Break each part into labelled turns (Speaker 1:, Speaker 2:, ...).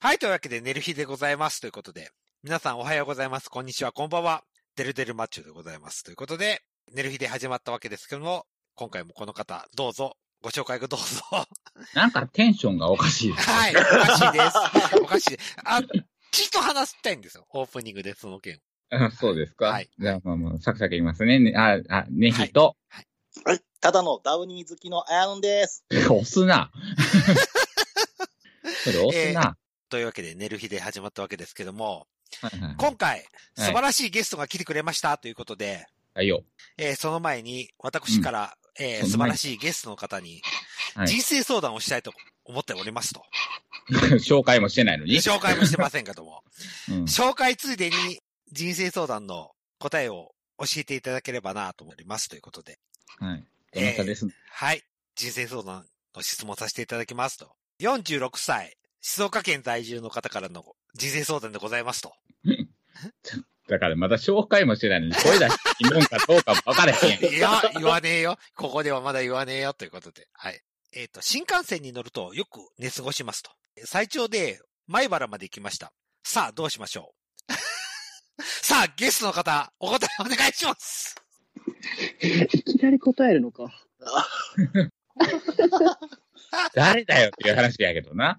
Speaker 1: はい、というわけで、寝る日でございます。ということで、皆さんおはようございます。こんにちは、こんばんは。デルデルマッチョでございます。ということで、寝る日で始まったわけですけども、今回もこの方、どうぞ、ご紹介をどうぞ。
Speaker 2: なんかテンションがおかしいです。
Speaker 1: はい、おかしいです。おかしい。あ、ちょっと話したいんですよ。オープニングでその件。
Speaker 2: うんそうですか。
Speaker 1: はい
Speaker 2: じゃあ、まあまあ、サクサク言いますね。ねあ、あ、ネヒと、
Speaker 3: はい。ただのダウニー好きのアヤノンです。
Speaker 2: 押すな。 それ押すな。
Speaker 1: というわけで、寝る日で始まったわけですけども、
Speaker 2: はいはい
Speaker 1: 今回、素晴らしいゲストが来てくれましたということで、
Speaker 2: はいよ。
Speaker 1: えーその前に、私から、えー
Speaker 2: その前に
Speaker 1: 素晴らしいゲストの方に、
Speaker 2: はい
Speaker 1: 人生相談をしたいと思っておりますと。
Speaker 2: 紹介もしてないのに。
Speaker 1: 紹介もしてませんかとも。
Speaker 2: うん
Speaker 1: 紹介ついでに、人生相談の答えを教えていただければなと思いますということで。
Speaker 2: はい。どなたです。
Speaker 1: はい。人生相談の質問させていただきますと。46歳、静岡県在住の方からの人生相談でございますと。
Speaker 2: だからまだ紹介もしてないのに、声出していいもんかどうかも分から へん。
Speaker 1: いや、言わねえよ。ここではまだ言わねえよ。ということで。はい。えっ、と、新幹線に乗るとよく寝過ごしますと。最長で前原まで行きました。さあ、どうしましょう。 さあ、ゲストの方、お答えお願いします。
Speaker 4: いきなり答えるのか。
Speaker 2: 誰だよっていう話やけどな。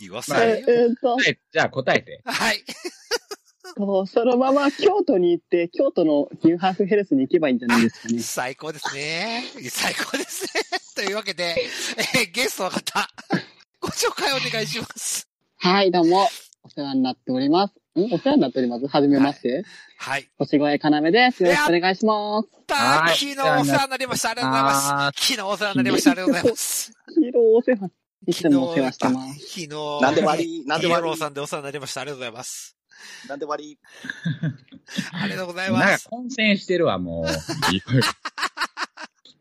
Speaker 1: 言わせ
Speaker 2: は
Speaker 1: な
Speaker 2: まあ
Speaker 1: い
Speaker 4: え
Speaker 1: よ。
Speaker 4: えーっと
Speaker 2: はいじゃあ答えて。
Speaker 1: はい。
Speaker 4: こう、そのまま京都に行って、京都のニューハーフヘルスに行けばいいんじゃないですかね。
Speaker 1: 最高ですね。最高ですね。というわけで、えーゲストの方、ご紹介お願いします。
Speaker 4: はい、どうも。お世話になっております。んお世話になっております。はじめまして。
Speaker 1: はい。
Speaker 4: 星越要です。よろしくお願いします。
Speaker 1: た
Speaker 2: はい
Speaker 1: 昨日お世話になりました。ありがとうございます。
Speaker 2: あ
Speaker 1: 昨日お世話になりました。ありがとうございます。
Speaker 4: 黄色お世話。いつ
Speaker 1: 昨日
Speaker 4: でもお世話してます。
Speaker 1: 昨日。
Speaker 3: なんで割り、なんで
Speaker 1: イエ
Speaker 3: 割
Speaker 1: ローさ
Speaker 3: り、
Speaker 1: んでお世話になりました。ありがとうございます。
Speaker 3: なんで割り。
Speaker 1: ありがとうござい
Speaker 2: ーな
Speaker 1: ま
Speaker 2: ん
Speaker 1: す
Speaker 2: か。混戦してるわ、もう。聞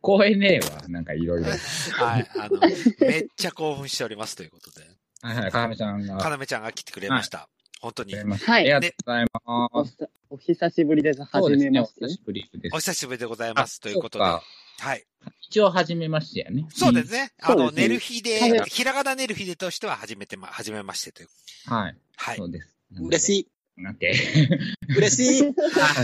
Speaker 2: こえねえわ、なんかいろいろ。
Speaker 1: はい。あの、めっちゃ興奮しておりますということで。
Speaker 2: はいはい、かなちゃんが
Speaker 1: かなめちゃんが来てくれました。本当に。
Speaker 4: は
Speaker 2: あり
Speaker 4: い。
Speaker 2: がとうござい
Speaker 4: お
Speaker 2: ます。
Speaker 4: 久お久しぶりです。は
Speaker 2: そう
Speaker 4: じ
Speaker 2: です
Speaker 4: め
Speaker 2: ね、
Speaker 4: ま
Speaker 2: お
Speaker 4: して
Speaker 2: 久。しぶりで
Speaker 1: お
Speaker 2: す。
Speaker 1: 久しぶりでございます。ということで。
Speaker 2: あ
Speaker 1: はい。
Speaker 2: 一応初めましてやね。
Speaker 1: そうですね。あ
Speaker 4: そう
Speaker 1: の、
Speaker 4: ですね
Speaker 1: 寝る日で
Speaker 4: はい、
Speaker 1: ひらがな寝る日でとしては初めてま、初めましてという。
Speaker 2: うん。はい。
Speaker 1: はい
Speaker 2: そ。うです。
Speaker 3: 嬉
Speaker 2: い。
Speaker 3: し
Speaker 2: なんて。
Speaker 3: い。嬉しい。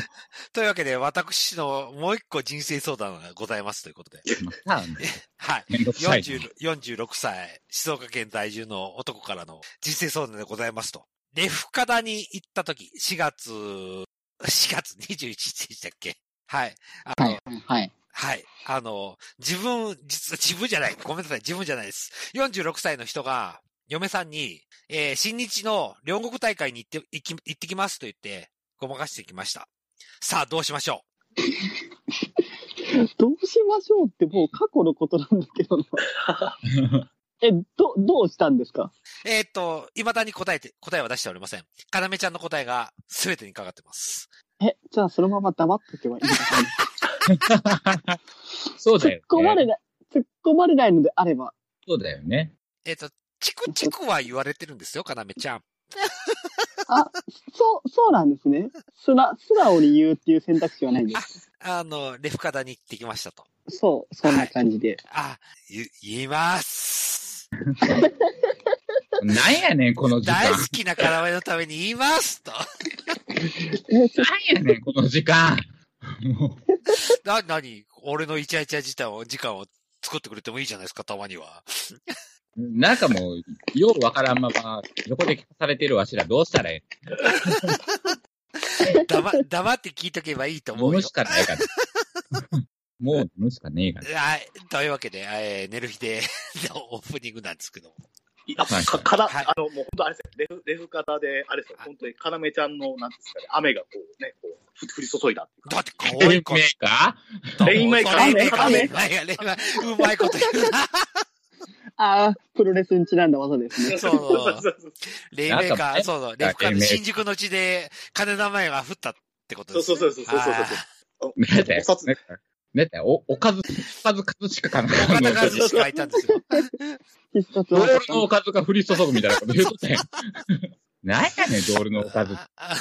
Speaker 1: というわけで、私のもう一個人生相談がございますということで。
Speaker 2: まあね
Speaker 1: はい。
Speaker 2: めんどくさい。
Speaker 1: 40 46歳、静岡県在住の男からの人生相談でございますと。レフカダに行った時、4月、4月21日でしたっけはい。あの、
Speaker 4: はい。はい。
Speaker 1: はい。あの、自分、実、自分じゃない。ごめんなさい。自分じゃないです。46歳の人が、嫁さんに、えー新日の両国大会に行って、行き、行ってきますと言って、ごまかしてきました。さあ、どうしましょ
Speaker 4: どうしましょうってもう過去のことなんだけどな。 え、ど、どうしたんですか
Speaker 1: う。えーっと、未だに答えて、答えは出しておりません。かなめちゃんの答えが全てにかかってます。
Speaker 4: え、じゃあそのまま黙っておけばいいんですかね
Speaker 2: そうだ
Speaker 4: 突
Speaker 2: よ
Speaker 4: っ。込まれ
Speaker 2: ね。
Speaker 4: ない、突っ込まれないのであれば、
Speaker 2: そうだよね。
Speaker 1: えーっと、チクチクは言われてるんですよ、かなめちゃん。
Speaker 4: そう、そうなんですね。すら、素直に言うっていう選択肢はないんです。
Speaker 1: あの、レフカダに行ってきましたと。
Speaker 4: そう、そんな感じで。
Speaker 1: あ、言、言います。
Speaker 2: なんやねん、この時間。
Speaker 1: 大好きなカラメのために言いますと。
Speaker 4: えちょ
Speaker 2: なんやねん、この時間。もう
Speaker 1: な、なに俺のイチャイチャ時間を、時間を作ってくれてもいいじゃないですか、たまには。
Speaker 2: なんかもう、ようわからんまま、横で聞かされてるわしらどうしたらえ
Speaker 1: 黙、黙って聞いとけばいいと
Speaker 2: え
Speaker 1: 思う
Speaker 2: 飲
Speaker 1: よ
Speaker 2: む。しかないから。もう飲むしかねえから。
Speaker 1: はい。というわけで、えー、寝る日でのオープニングなんですけど。
Speaker 3: あ、
Speaker 2: はい
Speaker 3: か、から、
Speaker 1: はい
Speaker 3: あの、もう本当あれですよ。レフ、レフ型で、あれですよ。本当に、かなめちゃんの、なんですかね、雨がこうね、こう、ふ降り注いだっていうか。
Speaker 1: だって可愛いか
Speaker 2: 運命か
Speaker 1: と思う。
Speaker 3: レインメーカー
Speaker 1: そうレインメーカー
Speaker 3: レインメ
Speaker 1: レインメーカーうまいこと言うな。
Speaker 4: ああ、プロレスにちなんだ技ですね。
Speaker 1: そう
Speaker 3: そうそう
Speaker 1: レインメーカ
Speaker 2: なんか
Speaker 1: ー、
Speaker 2: ね
Speaker 1: そうそう。レフカ
Speaker 2: レイ
Speaker 1: ー
Speaker 2: ンメーカー
Speaker 1: 新宿の地で、金名前が降ったってことです、
Speaker 3: そうそうそうそうそうそう
Speaker 1: はい
Speaker 2: なんだよ
Speaker 3: お札。
Speaker 2: なんだよ、お、おかず、おかずかずしか考え
Speaker 1: 岡田
Speaker 2: な
Speaker 1: 和
Speaker 2: い。
Speaker 1: 志書いたんですよ。
Speaker 4: 必殺
Speaker 2: ド
Speaker 4: 技
Speaker 2: ールのおかずが降り注ぐ みたいなこと言うとったやん。なんやねん、ドールのおかず。
Speaker 1: ああ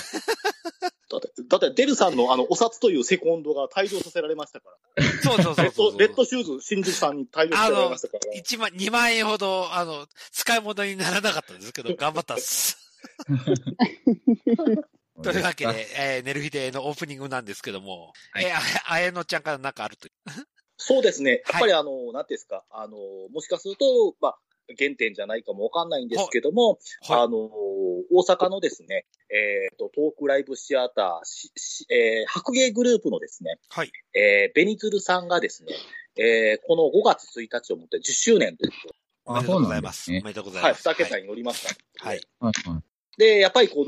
Speaker 3: だって、だって、デルさんのあの、お札というセコンドが退場させられましたから。
Speaker 1: そうそうそ
Speaker 3: レ
Speaker 1: う
Speaker 3: ッ
Speaker 1: そう
Speaker 3: ド、レッドシューズ、新宿さんに退場させられましたから。
Speaker 1: 一万、2万円ほど、あの、使い物にならなかったんですけど、頑張ったっす。というわけで、えー、ネルフィデのオープニングなんですけども、
Speaker 2: はい
Speaker 1: えー、ああやのちゃんからなんかあると。
Speaker 3: そうですね。
Speaker 1: は
Speaker 3: やっ
Speaker 1: い
Speaker 3: ぱりあの、なんていうんですか、あの、もしかすると、まあ、原点じゃないかもわかんないんですけども、
Speaker 1: は
Speaker 3: あの、大阪のですね、えっ、と、トークライブシアターし、しえー白芸グループのですね、
Speaker 1: はい。
Speaker 3: えーベニズルさんがですね、えーこの5月1日をもって10周年というこ
Speaker 1: おめでとうございます。
Speaker 2: あそうなんですね
Speaker 1: おめでとうご
Speaker 3: と
Speaker 1: ざい
Speaker 3: で、はい、
Speaker 1: ます。
Speaker 3: 2桁に乗りました。
Speaker 1: はい。
Speaker 2: はいはい
Speaker 3: で、やっぱりこ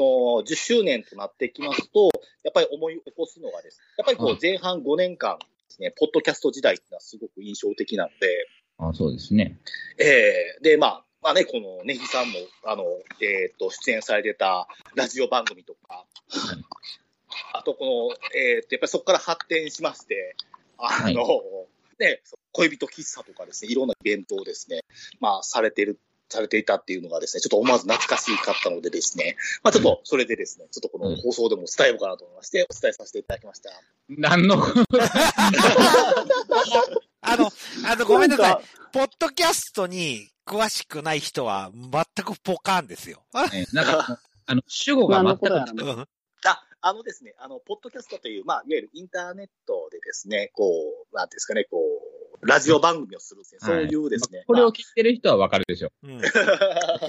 Speaker 3: の10周年となってきますと、やっぱり思い起こすのがですね、やっぱりこ
Speaker 2: うん
Speaker 3: う前半5年間ですね、ポッドキャスト時代っていうのはすごく印象的なので、
Speaker 2: あ、そうですね。
Speaker 3: えーで、まあ、まあね、このネギさんも、あの、えっ、と、出演されてたラジオ番組とか、
Speaker 2: い
Speaker 3: あとこの、えっ、と、やっぱりそこから発展しまして、あの、ね、恋人喫茶とかですね、いろんなイベントをですね、まあ、されてる、されていたっていうのがですね、ちょっと思わず懐かしかったのでですね、まあちょっとそれでですね、ちょっとこ
Speaker 2: うん
Speaker 3: の放送でも伝えようかなと思いまして、お伝えさせていただきました。
Speaker 2: 何の、
Speaker 1: あの、あ の、ごめんなさい
Speaker 4: な。
Speaker 1: ポッドキャストに詳しくない人は全くポカーンですよ。あ
Speaker 2: ねなんか、あの、主語が
Speaker 4: 何の
Speaker 2: 全
Speaker 4: ことや
Speaker 2: く
Speaker 4: ら
Speaker 1: う
Speaker 4: ね。
Speaker 1: ん
Speaker 3: あ、あのですね、あの、ポッドキャストという、まあ、いわゆるインターネットでですね、こう、なんていうんですかね、こう、ラジオ番組をするですね、
Speaker 2: はい
Speaker 3: そういうですね、
Speaker 2: これを
Speaker 3: ま
Speaker 2: 聞いてる人はわかるでしょ
Speaker 1: うん。
Speaker 3: あ
Speaker 2: う、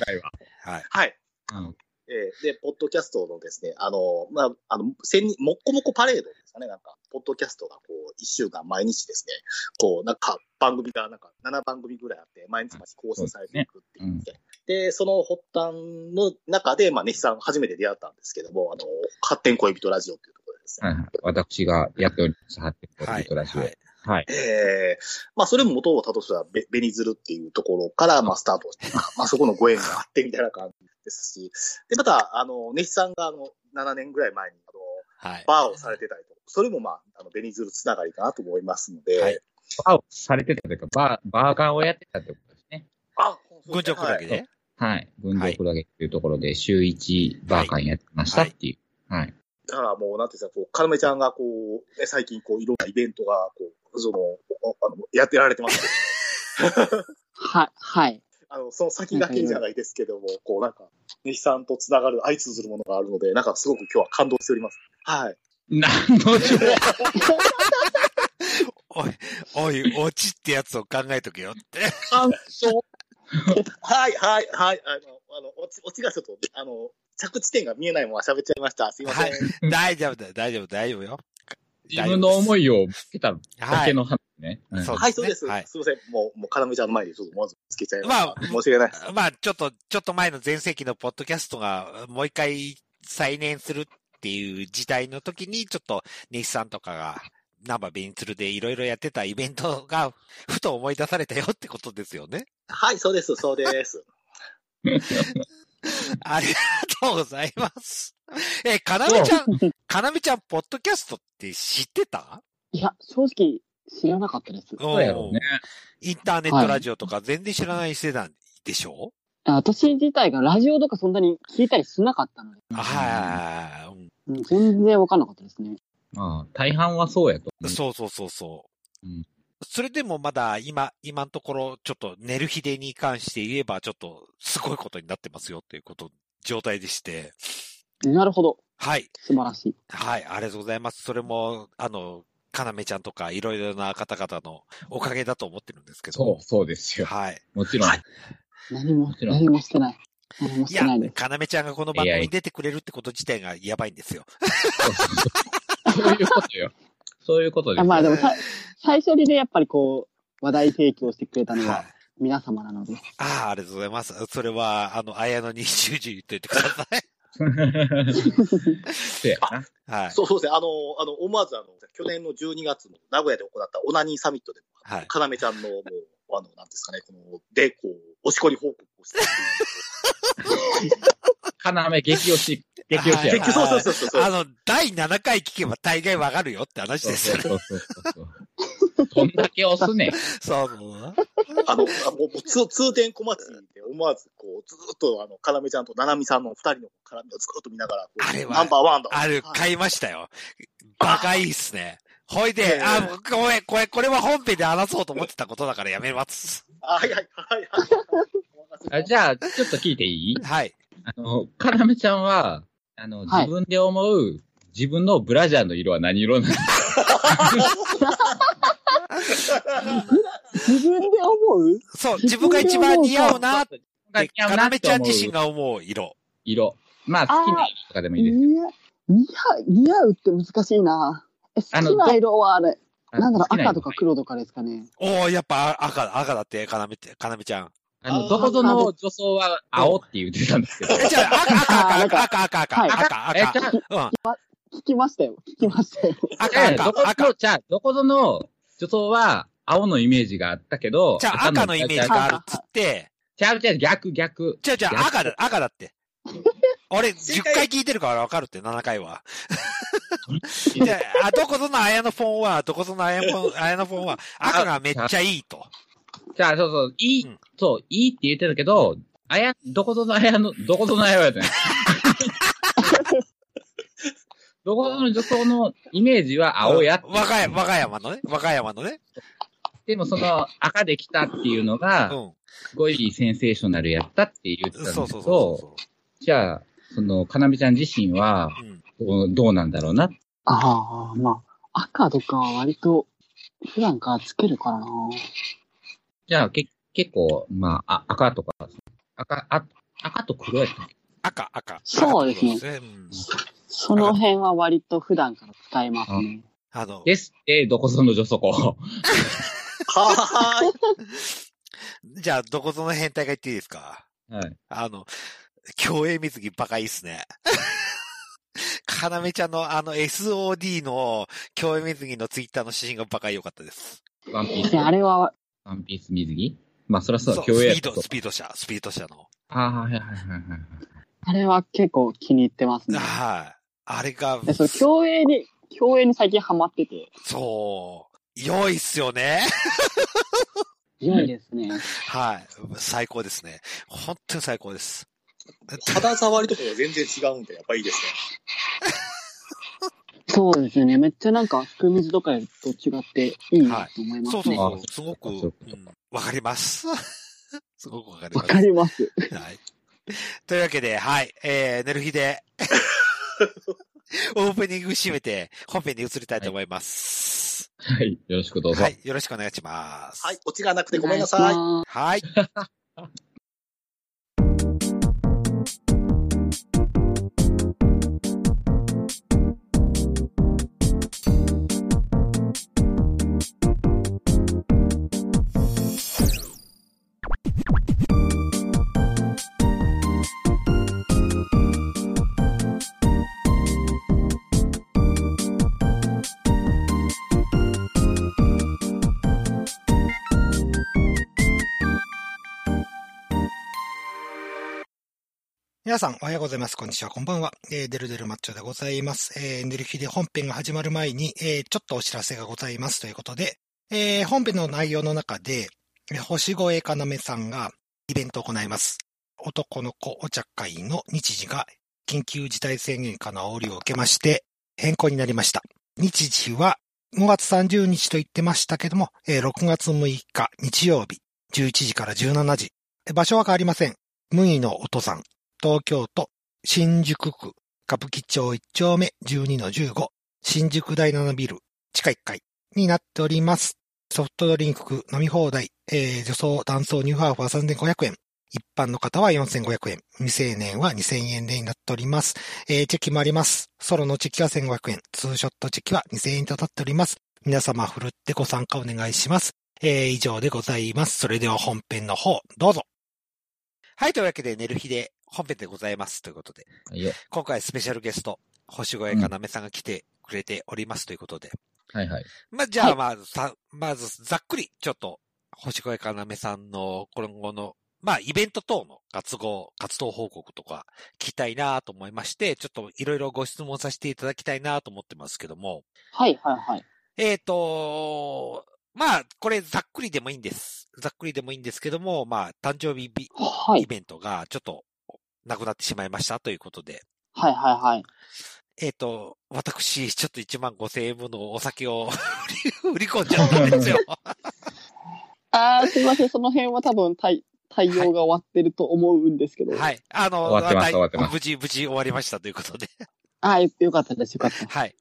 Speaker 2: 回は。
Speaker 1: はい。
Speaker 3: はい。
Speaker 2: うん
Speaker 3: えーで、ポッドキャストのですね、あの、まあ、あの、千人、もっこもこパレードですかね、なんか、ポッドキャストがこう、一週間毎日ですね、こう、なんか、番組がなんか、7番組ぐらいあって、毎日毎日更新されていくっていうで、で、その発端の中で、まあ、ネヒさん初めて出会ったんですけども、あの、発展恋人ラジオっていうところでですね、
Speaker 2: はいはい。私がやっております、ハッテンポ
Speaker 1: は
Speaker 2: ッ
Speaker 1: い
Speaker 2: トラジオ。
Speaker 1: は。
Speaker 2: はいい。
Speaker 3: ええまあ、それも元をたどしたらベ、ベニズルっていうところから、まあ、スタートして、まあ、そこのご縁があってみたいな感じですし、で、また、あの、ネヒさんが、あの、7年ぐらい前に、あの、
Speaker 1: はい。
Speaker 3: バーをされてたりと、それもまあ、あの、ベニズルつながりかなと思いますので、
Speaker 1: はい
Speaker 2: バーをされてたというか、バー、バーガーをやってたってことですね。
Speaker 3: あ、
Speaker 1: 群青くだけ
Speaker 3: はい
Speaker 1: で。
Speaker 2: はい。文房クラゲっていうところで、週一バーガーやってましたっていう。はい。
Speaker 3: だからもう、なんていうんですか、こう、カルメちゃんがこう、ね最近こう、いろんなイベントが、こう、その、あの、やってられてますけど
Speaker 4: は、はい。
Speaker 3: あの、その先駆けじゃないですけども、こうなんか、ネヒさんとつながる、相通ずるものがあるので、なんかすごく今日は感動しております。はい。
Speaker 2: 何の情報
Speaker 1: おい、おい、落ちってやつを考えとけよっ て。
Speaker 2: 感想
Speaker 3: はい、はい、はい。あの、あの、オチ、オチがちょっと、あの、着地点が見えないまま喋っちゃいました。すいません。
Speaker 1: はい大丈夫だよ、大丈夫、大丈夫よ。
Speaker 2: 自分の思いをぶつけただ
Speaker 1: は
Speaker 2: け
Speaker 1: い。
Speaker 2: の話ね。うん
Speaker 1: そう
Speaker 3: はい、そうです。
Speaker 1: はい
Speaker 3: すいません。もう、もう、かなめちゃんの前でちょっと思わずつけちゃいました。
Speaker 1: まあ
Speaker 3: 申し訳な い。
Speaker 1: まあ、ちょっと、ちょっと前の前世紀のポッドキャストが、もう一回再燃するっていう時代の時に、ちょっと、西さんとかが、ナンバーベニツルでいろいろやってたイベントが、 ふと思い出されたよってことですよ ね。
Speaker 3: はい、そうです、そうです。
Speaker 1: ありがとうございます。え、かなめちゃん、 かなめちゃん、ポッドキャストって知ってた
Speaker 4: いや、正直、知らなかったです。
Speaker 2: そうやろうね。
Speaker 1: インターネットラジオとか全然知らない世代でしょ、
Speaker 4: 私自体がラジオとかそんなに聞いたりしなかったので、
Speaker 1: はい、はいはいはい
Speaker 4: うん全然わかんなかったですね。
Speaker 2: まあ、大半はそうやと
Speaker 1: うん
Speaker 2: 思う。
Speaker 1: そうそうそうそう。
Speaker 2: うん
Speaker 1: それでもまだ今、今のところ、ちょっと寝る日でに関して言えば、ちょっとすごいことになってますよっていうこと、状態でして。
Speaker 4: なるほど。
Speaker 1: はい。
Speaker 4: 素晴らしい。
Speaker 1: はい、ありがとうございます。それも、あの、かなめちゃんとか、いろいろな方々のおかげだと思ってるんですけど。
Speaker 2: そう、そうですよ。
Speaker 1: はい。
Speaker 2: もちろん。
Speaker 3: はい
Speaker 4: 何も
Speaker 2: も、ちろん
Speaker 4: 何もしてない。何もし
Speaker 1: い
Speaker 4: て
Speaker 1: や
Speaker 4: ないで、す。
Speaker 1: かなめちゃんがこの番組
Speaker 2: AI
Speaker 1: に出てくれるってこと自体がやばいんですよ。
Speaker 2: そうそうそうそういうことよ。そういうことで
Speaker 4: あ
Speaker 2: す。
Speaker 4: まあでもさ、最初にね、やっぱりこう、話題提供してくれたの
Speaker 1: はい
Speaker 4: は。皆様なので。
Speaker 1: ああ、ありがとうございます。それは、あの、綾野に 重々言っといてください。
Speaker 2: そうやな。
Speaker 1: はい。
Speaker 3: そうそうですね。あの、あの、思わず、あの、去年の12月の名古屋で行ったオナニーサミットでも、
Speaker 1: はい。
Speaker 3: かなめちゃんの、もう、あの、なんですかね、この、で、こう、おしこり報告をして、
Speaker 2: かなめ激推し、激推しや
Speaker 1: はい
Speaker 2: な
Speaker 3: 結局、そうそうそうそう。
Speaker 1: あの、第7回聞けば大概わかるよって話
Speaker 2: そう
Speaker 1: ですよね。
Speaker 2: そうそうそう。どんだけ押すねん。
Speaker 1: そうそう。
Speaker 3: あの、あもう、もう通通天小松で思わず、こう、ずーっと、あの、かなめちゃんとななみさんの二人の絡みをずーっと見ながら、こう
Speaker 1: あれは
Speaker 3: ナンバーワンだ。
Speaker 1: ある、
Speaker 3: はい
Speaker 1: 買いましたよ。バカいいっすね。ほいで、
Speaker 3: ええ
Speaker 1: あ、もうごめん、これ、これは本編で話そうと思ってたことだからやめます。
Speaker 3: あはいはい、はいはい。
Speaker 2: あじゃあ、ちょっと聞いていい
Speaker 1: はい。
Speaker 2: あの、かなめちゃんは、あの、
Speaker 4: はい
Speaker 2: 自分で思う、自分のブラジャーの色は何色なんですか
Speaker 4: 自分で思う
Speaker 1: そう、自分が一番似合うなっ
Speaker 2: が
Speaker 1: て、
Speaker 2: 似合
Speaker 1: か
Speaker 2: うな
Speaker 1: な
Speaker 2: っ
Speaker 1: め
Speaker 2: て
Speaker 1: ちゃん
Speaker 2: 思う
Speaker 1: 自身が思う色。
Speaker 2: 色。まあ、好きな色とかでもいいです。
Speaker 4: いや、似合う、似合うって難しいな。え
Speaker 2: あ
Speaker 4: 好
Speaker 2: の
Speaker 4: きな色はあれ、
Speaker 2: あ
Speaker 4: なんだろ
Speaker 2: 好き
Speaker 4: う、
Speaker 2: な色
Speaker 4: 赤とか黒とかですかね。
Speaker 1: おおやっぱ赤、赤だって、かなめて、かなめちゃん。
Speaker 2: あの、どこぞの女装は青って言ってたんですけど。
Speaker 1: え、じゃあ、赤、
Speaker 4: あーなん
Speaker 1: 赤、赤、
Speaker 4: か
Speaker 1: 赤、赤、
Speaker 4: はい
Speaker 1: 赤、赤、
Speaker 2: え、じゃ
Speaker 1: 赤、
Speaker 2: あ、
Speaker 1: うん、
Speaker 4: 聞きましたよ。聞きましたよ。
Speaker 2: じゃ
Speaker 1: 赤、
Speaker 2: あどこ
Speaker 1: 赤、赤。
Speaker 2: ぞ、じゃあ、どこぞの女装は青のイメージがあったけど、
Speaker 1: じゃあ、赤のイメージがあるっつって、
Speaker 2: ちゃうちゃう、逆、逆。
Speaker 1: じゃあ、じゃあ、赤だ、赤だって。俺、10回聞いてるからわかるって、7回は。じゃあ、あどこぞの綾野フォンは、どこぞの綾野フ ォン、綾野フォンは、赤がめっちゃいいと。
Speaker 2: じゃあ、そうそう、いい、
Speaker 1: うん
Speaker 2: そう、いいって言ってるけど、あや、どこぞのあやの、どこぞのあやはじ ゃない。どこぞの女装のイメージは青やって。
Speaker 1: 和歌山、和歌山のね。和歌山のね。
Speaker 2: でもその赤で来たっていうの
Speaker 1: う
Speaker 2: が、
Speaker 1: ん。
Speaker 2: すごいセンセーショナルやったって言ってたんです
Speaker 1: そうそ
Speaker 2: け
Speaker 1: うそう
Speaker 2: ど、
Speaker 1: そ
Speaker 2: じゃあ、その、かなみちゃん自身は、
Speaker 1: う。うん。
Speaker 2: どうどうなんだろうな。
Speaker 4: ああ、まあ、赤とかは割と、普段からつけるからな。
Speaker 2: じゃあ、け、結構、まあ、あ赤とか、赤、あ赤と黒やったっけ
Speaker 1: 赤、赤。
Speaker 4: そうですね
Speaker 1: 赤ってことうん
Speaker 4: その辺は割と普段から使いますね。
Speaker 1: あの、
Speaker 2: ですって、どこ ぞの女装校。
Speaker 3: はーい。
Speaker 1: じゃあ、どこぞの変態が言っていいですか
Speaker 2: はい。
Speaker 1: あの、競泳水着バカいいっすね。 かなめちゃんのあの SOD の競泳水着のツイッターの写真がバカ良かったです。
Speaker 2: ワンピー
Speaker 4: い
Speaker 2: ス。
Speaker 4: やあれは、
Speaker 2: ワンピース水着まあ、そりゃそうだ、
Speaker 1: スピ
Speaker 2: 競泳や
Speaker 1: ード、
Speaker 2: と
Speaker 1: スピード車、スピード車の。
Speaker 2: ああ、はいはいはいはいはい。
Speaker 4: あれは結構気に入ってますね。
Speaker 1: はい。あれが、
Speaker 4: で、そう、競泳に、競泳に最近ハマってて、
Speaker 1: そう、良いっすよね。
Speaker 4: 良いですね。
Speaker 1: はい。最高ですね。本当に最高です。
Speaker 3: 肌触りとかが全然違うんで、やっぱいいですね。
Speaker 4: そうですね。めっちゃなんか、含水とかと違っていいなと思いますね。
Speaker 1: そうそう
Speaker 2: あ
Speaker 1: そう。すごく、
Speaker 2: そう
Speaker 1: うんわかります。 すごくわかり
Speaker 4: わ
Speaker 1: ます。
Speaker 4: かります。
Speaker 1: はい。というわけで、はい。えー、寝る日で、オープニング締めて、本編に移りたいと思います。
Speaker 2: はい、よろしくどう
Speaker 1: はい。
Speaker 2: ぞ。
Speaker 1: よろしくお願いします。
Speaker 3: はい。。オチがなくてごめんなさい。
Speaker 4: い。
Speaker 1: はい。
Speaker 5: 皆さん、おはようございます。こんにちは、こんばんは。えー、デルデルマッチョでございます。えー、寝る日で本編が始まる前に、えー、ちょっとお知らせがございますということで、えー、本編の内容の中で、えー星越かなめさんがイベントを行います。男の子お茶会の日時が緊急事態宣言下の煽りを受けまして、変更になりました。日時は5月30日と言ってましたけども、えー、6月6日日曜日11時から17時。え場所は変わりません。無意のお父さん。東京都新宿区歌舞伎町1丁目12-15新宿第7ビル地下1階になっております。ソフトドリンク飲み放題、えー、女装、男装、ニューハーフは3500円。一般の方は4500円。未成年は2000円でになっております。えーチェキもあります。ソロのチェキは1500円。ツーショットチェキは2000円となっております。皆様、ふるってご参加お願いします。えー以上でございます。それでは本編の方、どうぞ。
Speaker 1: はい。というわけで、寝る日で本編でございます。ということで、
Speaker 2: はいよ
Speaker 1: 今回スペシャルゲスト、星越かなめさんが来てくれておりますということで。
Speaker 2: はいはい。
Speaker 1: まあ、じゃ
Speaker 4: は
Speaker 1: あ、まあ、さ、まず、ざっくり、ちょっと、星越かなめさんの今後の、まあ、イベント等の活動、活動報告とか、聞きたいなと思いまして、ちょっといろいろご質問させていただきたいなと思ってますけども、
Speaker 4: はいはいはい。
Speaker 1: えっ、と、まあ、これざっくりでもいいんです。ざっくりでもいいんですけども、まあ、誕生日び
Speaker 4: は
Speaker 1: イ
Speaker 4: い。
Speaker 1: ベントがちょっとなくなってしまいましたということで、
Speaker 4: はいはいはい。
Speaker 1: えっ、と、私、ちょっと1万5千円分のお酒を 売り込んじゃったん ですよ。
Speaker 4: あー、すみません。その辺は多分対、対応が終わってると思うんですけど。
Speaker 1: はい。あの、
Speaker 2: 終わってます
Speaker 1: 大
Speaker 2: 終わってます
Speaker 1: 無事、無事終わりましたという ことで。
Speaker 4: あー、よかったです。よかった。
Speaker 1: はい。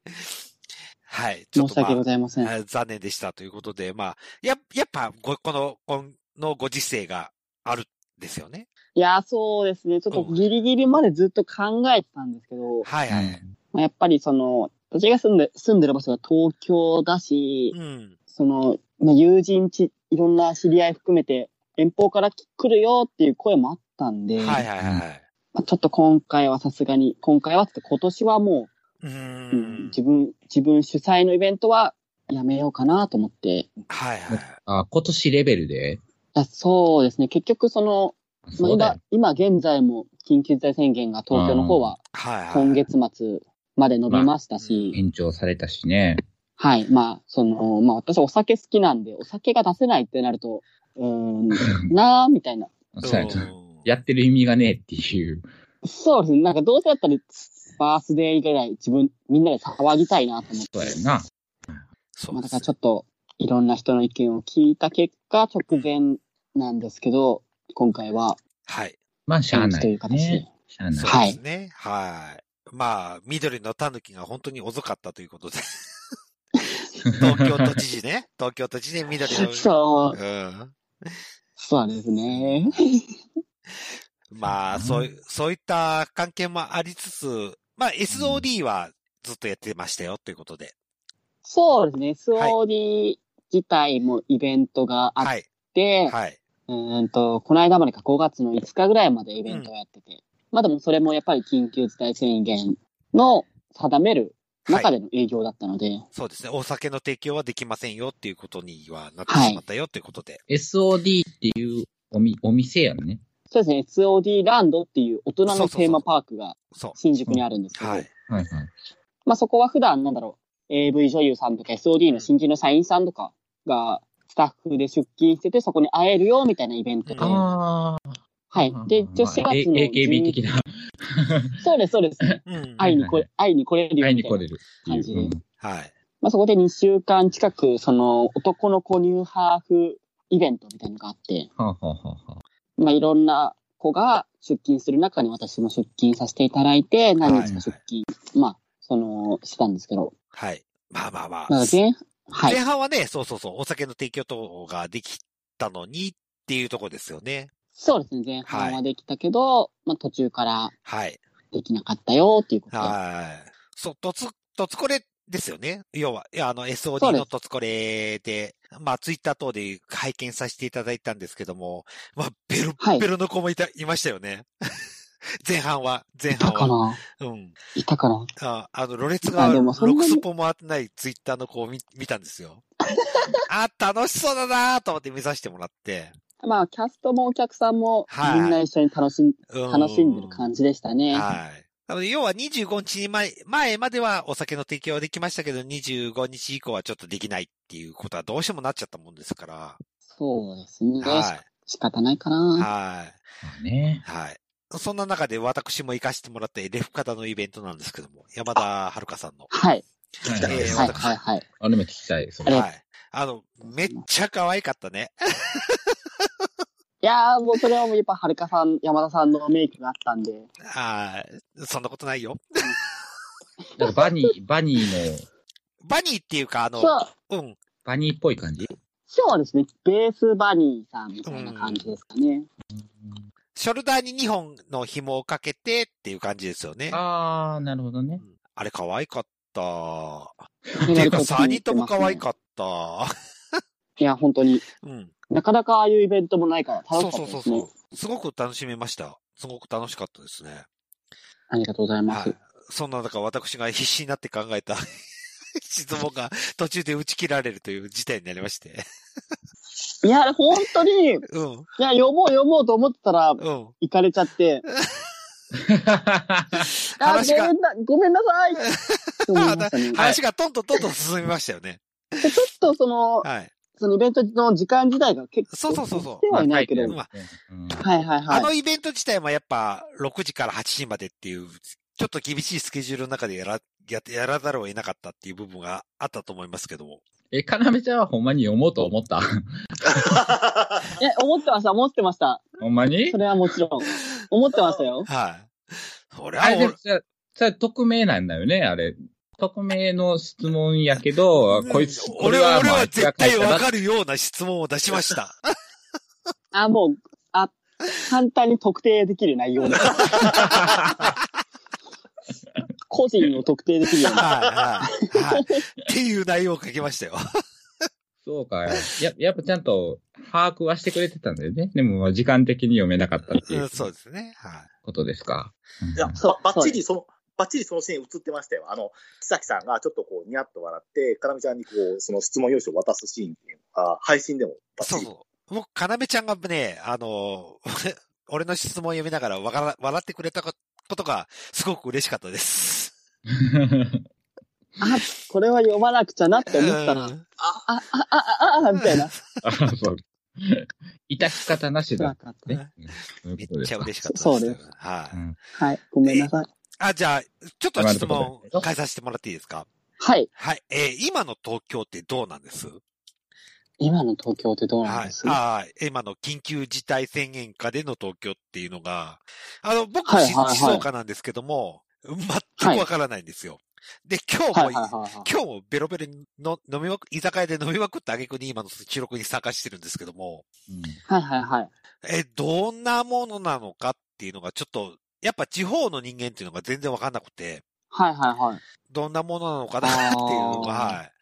Speaker 1: はい。ちょ
Speaker 4: 申
Speaker 1: っ
Speaker 4: し
Speaker 1: と、ま
Speaker 4: 訳
Speaker 1: あ
Speaker 4: ご、ざいません。
Speaker 1: あ残念でしたということで、まあ、や、やっぱ、ご、この、このご時世があるんですよね。
Speaker 4: いやー、そうですね。ちょっとギリギリまでずっと考えてたんですけど、
Speaker 1: はいはい。
Speaker 4: まあやっぱりその、私が住んで、住んでる場所が東京だし
Speaker 1: う、ん。
Speaker 4: その、まあ、友人ち、いろんな知り合い含めて、遠方から来来るよっていう声もあったんで、
Speaker 1: はいはいはいはい。
Speaker 4: まあちょっと今回はさすがに、今回はって今年はも
Speaker 1: うー
Speaker 4: う、うん
Speaker 1: ん。
Speaker 4: 自分、自分主催のイベントはやめようかなと思って、
Speaker 1: はいはい。
Speaker 2: あ、今年レベルで
Speaker 4: あそうですね、結局その、まあ
Speaker 2: そうだよ。
Speaker 4: 今、今現在も緊急事態宣言が東京の方は
Speaker 1: はいはい。
Speaker 4: 今月末まで伸びましたし、
Speaker 2: 延長されたしね。
Speaker 4: はい。まあ、その、まあ私お酒好きなんで、お酒が出せないってなると、うーん、なーみたいな。
Speaker 2: そうやな
Speaker 1: うん
Speaker 2: やってる意味がねえっていう。
Speaker 4: そうですね。なんかどうせだったら、バースデー以外自分、みんなで騒ぎたいなと思って。
Speaker 2: そうやな。
Speaker 1: そう
Speaker 4: まあ
Speaker 1: で
Speaker 4: だ
Speaker 1: す
Speaker 4: か
Speaker 1: ね
Speaker 4: らちょっと、いろんな人の意見を聞いた結果、直前なんですけど、今回は、
Speaker 1: はい。
Speaker 2: まあ、しゃあ
Speaker 4: 延期
Speaker 2: な
Speaker 4: とい
Speaker 2: いう
Speaker 4: 形で
Speaker 2: ね。しゃあない。
Speaker 1: そうですね。はい。まあ、緑の狸が本当に遅かったということで。東京都知事ね。東京都知事、緑の。
Speaker 4: そう、
Speaker 1: うん。
Speaker 4: そうですね。
Speaker 1: まあ、そうい、そういった関係もありつつ、まあ、SOD はずっとやってましたよ、ということで。
Speaker 4: そうですね。
Speaker 1: はい
Speaker 4: SOD 自体もイベントがあっ
Speaker 1: はい。
Speaker 4: て、
Speaker 1: はい。
Speaker 4: うーんと、この間までか5月の5日ぐらいまでイベントをやってて、まあでもそれもやっぱり緊急事態宣言の定める中での営業だったので、
Speaker 1: そうですね。お酒の提供はできませんよ、っていうことにはなって
Speaker 4: はい
Speaker 1: しまったよ、ということで。
Speaker 2: SOD っていうおみお店やんね。
Speaker 4: そうですね、SOD ランドっていう大人
Speaker 1: そうそう
Speaker 4: の
Speaker 1: そう
Speaker 4: テーマパークが
Speaker 1: そ
Speaker 4: 新宿にあるんですけ
Speaker 1: う。
Speaker 4: ど、
Speaker 1: はい。
Speaker 2: はいはい。
Speaker 4: まあそこは普段なんだろう、AV 女優さんとか SOD の新人の社員さんとかがスタッフで出勤してて、そこに会えるよみたいなイベントで、
Speaker 1: うん
Speaker 4: は
Speaker 2: あ
Speaker 4: い
Speaker 2: あ。。
Speaker 4: で、
Speaker 2: まあ
Speaker 4: 一応4月の
Speaker 2: A- AKB
Speaker 4: 12
Speaker 2: 的な。
Speaker 4: そうです、そうです。
Speaker 1: うん。
Speaker 4: 会いに来
Speaker 2: はいはい
Speaker 4: れ、会いに来れるよ
Speaker 2: 会いに
Speaker 4: みたい
Speaker 2: 来
Speaker 4: な
Speaker 2: れるっていう。うん
Speaker 1: はい。
Speaker 4: まあ、そこで2週間近く、その、男の子ニューハーフイベントみたいなのがあって、
Speaker 2: はあはあはあはあ。
Speaker 4: まあ、いろんな子が出勤する中に私も出勤させていただいて、何日か出勤、まあ、その、したんですけど、
Speaker 1: はい。まあまあま
Speaker 4: ま
Speaker 1: あ
Speaker 4: あ、。前、はい
Speaker 1: 前。半はね、そうそうそう、お酒の提供等ができたのにっていうところですよね。
Speaker 4: そうですね、前半はできたけど、まあ、途中から
Speaker 1: はい。
Speaker 4: できなかったよ、っていうことで。
Speaker 1: はい。そう、とつ、とつこれですよね。要は、いやあの、
Speaker 4: そ
Speaker 1: SOD
Speaker 4: うです
Speaker 1: のとつこれで、まあ、ツイッター等で拝見させていただいたんですけども、まあ、ベロ
Speaker 4: は
Speaker 1: ッ
Speaker 4: い
Speaker 1: ベロの子もいた、いましたよね。 前半は、前
Speaker 4: いた
Speaker 1: 半
Speaker 4: か
Speaker 1: は。
Speaker 4: な
Speaker 1: うん。
Speaker 4: いたかな
Speaker 1: ああの、ろれつ
Speaker 4: あ
Speaker 1: が、
Speaker 4: でもそんなに
Speaker 1: 6スポもあってないツイッターの子を見見たんですよ。あ、楽しそうだなと思って見させてもらって。
Speaker 4: まあ、キャストもお客さんも、
Speaker 1: はい
Speaker 4: みんな一緒に楽しん、
Speaker 1: う
Speaker 4: 楽しんでる感じでしたね。
Speaker 1: はい。なので、要は25日に前、前まではお酒の提供はできましたけど、25日以降はちょっとできないっていうことはどうしてもなっちゃったもんですから。
Speaker 4: そうですね。
Speaker 1: は
Speaker 4: 仕方ないか
Speaker 1: い。
Speaker 4: な。
Speaker 1: はい。
Speaker 2: まあね。
Speaker 1: はい。そんな中で私も行かせてもらって、レフ方のイベントなんですけども、山田遥さんの。
Speaker 4: は
Speaker 2: は
Speaker 4: い。
Speaker 2: いい
Speaker 1: えー
Speaker 4: は
Speaker 2: は
Speaker 4: い
Speaker 2: い。
Speaker 4: はいはい。
Speaker 2: あ、でも聞きたい。それ
Speaker 4: え
Speaker 1: はい。あの、めっちゃ可愛かったね。
Speaker 4: いやー、もうそれはもうやっぱ、はるかさん、山田さんのメイクがあったんで。
Speaker 1: はい。そんなことないよ。
Speaker 2: だからバニ ー、バニーの、
Speaker 1: バニーっていうか、あの
Speaker 4: そ、う、
Speaker 1: うん。
Speaker 2: バニーっぽい感じ
Speaker 4: そうですね。ベースバニーさんみたいな感じですかね。
Speaker 1: ショルダーに2本の紐をかけてっていう感じですよね。あ
Speaker 2: ああ、なるほどね。
Speaker 1: あれ可愛かった。
Speaker 4: て
Speaker 1: ていうか、3人とも可愛
Speaker 4: っ
Speaker 1: かった。
Speaker 4: た。いや、本当に。
Speaker 1: うん。
Speaker 4: なかなかああいうイベントもないから楽しか
Speaker 1: そう
Speaker 4: っ
Speaker 1: そう
Speaker 4: たですね。
Speaker 1: そうそう。すごく楽しめました。すごく楽しかったですね。
Speaker 4: ありがとうございま
Speaker 1: は
Speaker 4: す
Speaker 1: い。。そんな中、私が必死になって考えた質問が途中で打ち切られるという事態になりまして。
Speaker 4: い、や、本当に、い
Speaker 1: うん、
Speaker 4: や、読もう読もうと思ってたら、
Speaker 1: うん。
Speaker 4: 行かれちゃって、あ、
Speaker 1: 話が
Speaker 4: ごめんな、ごめんなさ いって思いましたね。
Speaker 1: 話がトントントントン進みましたよね。
Speaker 4: でちょっとその、
Speaker 1: はい。
Speaker 4: そのイベントの時間自体が結構。
Speaker 1: そうそうそうそう
Speaker 4: ではいないけど。
Speaker 1: まあ
Speaker 4: は
Speaker 1: はい
Speaker 2: うん
Speaker 4: いはい
Speaker 1: あ
Speaker 4: は
Speaker 1: の
Speaker 4: い。
Speaker 1: イベント自体もやっぱ6時から8時までっていう、ちょっと厳しいスケジュールの中でやら、やってやらざるを得なかったっていう部分があったと思いますけども。
Speaker 2: え、かなめちゃんはほんまに読もうと思った
Speaker 4: え、思ってました、思ってました。
Speaker 2: ほんまに
Speaker 4: それはもちろん。思ってましたよ。
Speaker 1: はい。それは
Speaker 2: あれ
Speaker 1: 俺
Speaker 2: でも、それそれ匿名なんだよね、あれ。匿名の質問やけど、こいつ、こ
Speaker 1: 俺
Speaker 2: れ
Speaker 1: は、
Speaker 2: は
Speaker 1: 俺
Speaker 2: まあ
Speaker 1: は絶対わ
Speaker 2: 明らかに
Speaker 1: かるような質問を出しました。
Speaker 4: あ、もう、あ、簡単に特定できる内 容です。個人を特定できるような。
Speaker 1: はい、はい、はい。っていう内容を書きましたよ。
Speaker 2: そうか。や、 やっぱちゃんと把握はしてくれてたんだよね。でも、まあ時間的に読めなかったっていう
Speaker 1: そうですね。はい。
Speaker 2: ことですか。
Speaker 3: いや、
Speaker 4: そう
Speaker 3: ばばっ
Speaker 4: そう
Speaker 3: ち
Speaker 4: で
Speaker 3: りその、ばっちりそのシーン映ってましたよ。あの、木崎さんがちょっとこう、にやっと笑って、かなみちゃんにこう、その質問用紙を渡すシーンっていうのが、配信でもばっち
Speaker 1: そう
Speaker 3: り。
Speaker 1: そう。僕、かなめちゃんがね、あの、 俺の質問を読みながらわから笑ってくれたことがすごく嬉しかったです。
Speaker 4: あ、これは読まなくちゃなって思ったら、
Speaker 1: う
Speaker 4: あ、
Speaker 1: ん
Speaker 4: あ、あ、あ、あ、みたいな。
Speaker 2: あそう。致し方なしだ
Speaker 4: 辛。かった。
Speaker 2: ね。うんそう
Speaker 1: め
Speaker 2: いうこ
Speaker 1: っ
Speaker 2: とで
Speaker 1: ち
Speaker 2: す
Speaker 1: ゃ
Speaker 2: か
Speaker 1: 嬉しかったです。
Speaker 4: そうです
Speaker 1: は
Speaker 2: う
Speaker 1: い。
Speaker 2: ん
Speaker 4: はい、ごめんなさい。
Speaker 1: あ、じゃあ、ちょっと質問
Speaker 2: 今のところ
Speaker 1: 変えさせてもらっていいですか
Speaker 4: はい、
Speaker 1: はい。えー今の東京ってどうなんです
Speaker 4: 今の東京ってどうなん
Speaker 1: は
Speaker 4: で
Speaker 1: い
Speaker 4: す。
Speaker 1: はい。今の緊急事態宣言下での東京っていうのが、あの、僕、
Speaker 4: はい
Speaker 1: し
Speaker 4: はいはい
Speaker 1: 静岡なんですけども、全くわからないんですよ。で、今日も、
Speaker 4: はいはいはいはい
Speaker 1: 今日もベロベロにの飲みまく、居酒屋で飲みまくった挙句に今の記録に参加してるんですけども、
Speaker 2: うん
Speaker 4: はいはいはい。
Speaker 1: え、どんなものなのかっていうのがちょっと、やっぱ地方の人間っていうのが全然わかんなくて、
Speaker 4: はいはいはい。
Speaker 1: どんなものなのかなっていうのが、
Speaker 4: あー
Speaker 1: はい。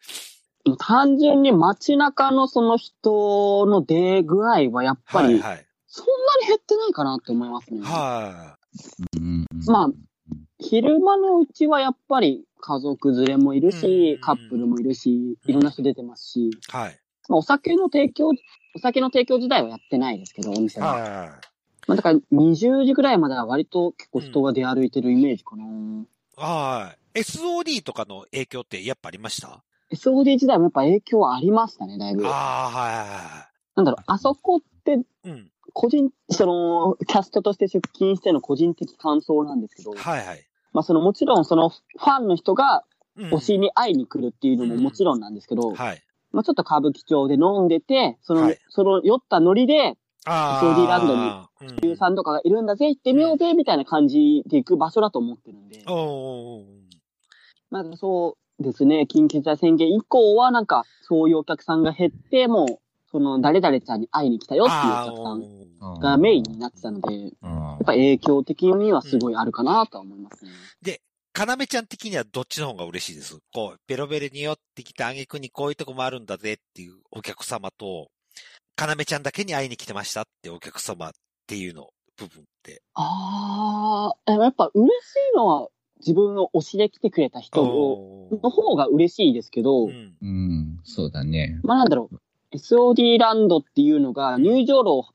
Speaker 4: もう単純に街中のその人の出具合はやっぱ
Speaker 1: はい、
Speaker 4: り、
Speaker 1: はい。
Speaker 4: そんなに減ってないかなって思いますね。
Speaker 1: は
Speaker 2: うんうん
Speaker 4: まあ昼間のうちはやっぱり家族連れもいる
Speaker 1: うんうん
Speaker 4: し、カップルもいるし、
Speaker 1: うん
Speaker 4: いろんな人出てますし、
Speaker 1: い。はい。
Speaker 4: まあ、お酒の提供、お酒の提供自体はやってないですけど、お店は。
Speaker 1: はい。
Speaker 4: まあ、だから20時ぐらいまでは割と結構人が出歩いてるイメージかな。
Speaker 1: はい。SOD とかの影響ってやっぱありました
Speaker 4: SOD 自体もやっぱ影響はありましたね、だいぶ。な
Speaker 1: あ
Speaker 4: んだろう、あそこって
Speaker 1: あ、はいはいはい。うん。
Speaker 4: 個人、その、キャストとして出勤しての個人的感想なんですけど、
Speaker 1: はいはい。
Speaker 4: まあそのもちろんそのファンの人が
Speaker 1: うん
Speaker 4: 推しに会いに来るっていうのももちろんなんですけど、
Speaker 1: はい。
Speaker 4: まあちょっと歌舞伎町で飲んでて、その、
Speaker 1: はい
Speaker 4: その酔ったノリで、
Speaker 1: ああ。
Speaker 4: SOD ランドに
Speaker 1: に
Speaker 4: 優さんとかがいるんだぜ、行ってみようぜ、みたいな感じで行く場所だと思ってるんで、
Speaker 1: おーおー
Speaker 4: まあそうですね、緊急事態宣言以降はなんか、そういうお客さんが減って、もう、その、誰々ちゃんに会いに来たよっていう
Speaker 1: ああ、
Speaker 4: お客
Speaker 1: おー
Speaker 2: うん
Speaker 4: さんがメインになってたので、やっ
Speaker 2: うん
Speaker 4: ぱ影響的にはすごいあるかなとは思いますね。
Speaker 1: かなめちゃん的にはどっちの方が嬉しいですこう、ベロベロに寄ってきた挙句にこういうとこもあるんだぜっていうお客様と、かなめちゃんだけに会いに来てましたってお客様っていうの、部分って。
Speaker 4: ああ、やっぱ嬉しいのは自分を推しで来てくれた人を
Speaker 1: おー
Speaker 4: の方が嬉しいですけど、
Speaker 1: うん。
Speaker 2: うん、そうだね。
Speaker 4: まあなんだろう、SOD ランドっていうのが入場料を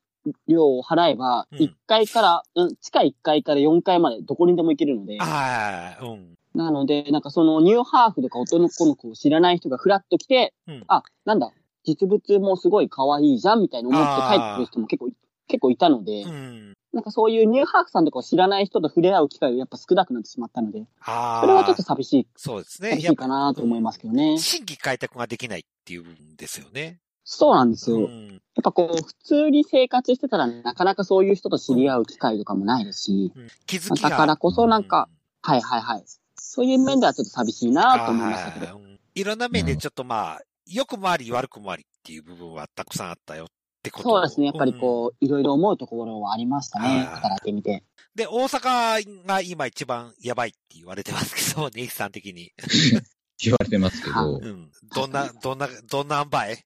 Speaker 4: 料を払えば、
Speaker 1: うん
Speaker 4: 1階から、うん、地下1階から4階までどこにでも行けるので、
Speaker 1: ああ、うん。
Speaker 4: なので、なんかそのニューハーフとか男の子の子を知らない人がフラッと来て、
Speaker 1: うん
Speaker 4: あ、なんだ、実物もすごい可愛いじゃんみたいな思って帰ってくる人も結構い、結構いたので、
Speaker 1: うん。
Speaker 4: なんかそういうニューハーフさんとかを知らない人と触れ合う機会がやっぱ少なくなってしまったので、
Speaker 1: ああ。
Speaker 4: それはちょっと寂しい、
Speaker 1: そうですね。
Speaker 4: 寂しいかなと思いますけどね。
Speaker 1: 新規開拓ができないっていう部分ですよね。
Speaker 4: そうなんですよ。
Speaker 1: う
Speaker 4: やっ
Speaker 1: ん。
Speaker 4: ぱこう、普通に生活してたらなかなかそういう人と知り合う機会とかもないですし、
Speaker 1: 気づ
Speaker 4: ま
Speaker 1: き
Speaker 4: あ
Speaker 1: が。
Speaker 4: だからこそなんか、はいはいはい。そういう面ではちょっと寂しいなと思いましたけど
Speaker 1: あ。ーうんいろんな面でちょっとまあ、良くもあり悪くもありっていう部分はたくさんあったよってこと
Speaker 4: そうですね。やっぱりこう、いろいろ思うところはありました
Speaker 1: はい
Speaker 4: ね。働いてみて。
Speaker 1: うん。で、大阪が今一番やばいって言われてますけど、 ネイキさん的に。
Speaker 2: 言われてますけど
Speaker 1: う。ん。どんな、どんな、どんな塩梅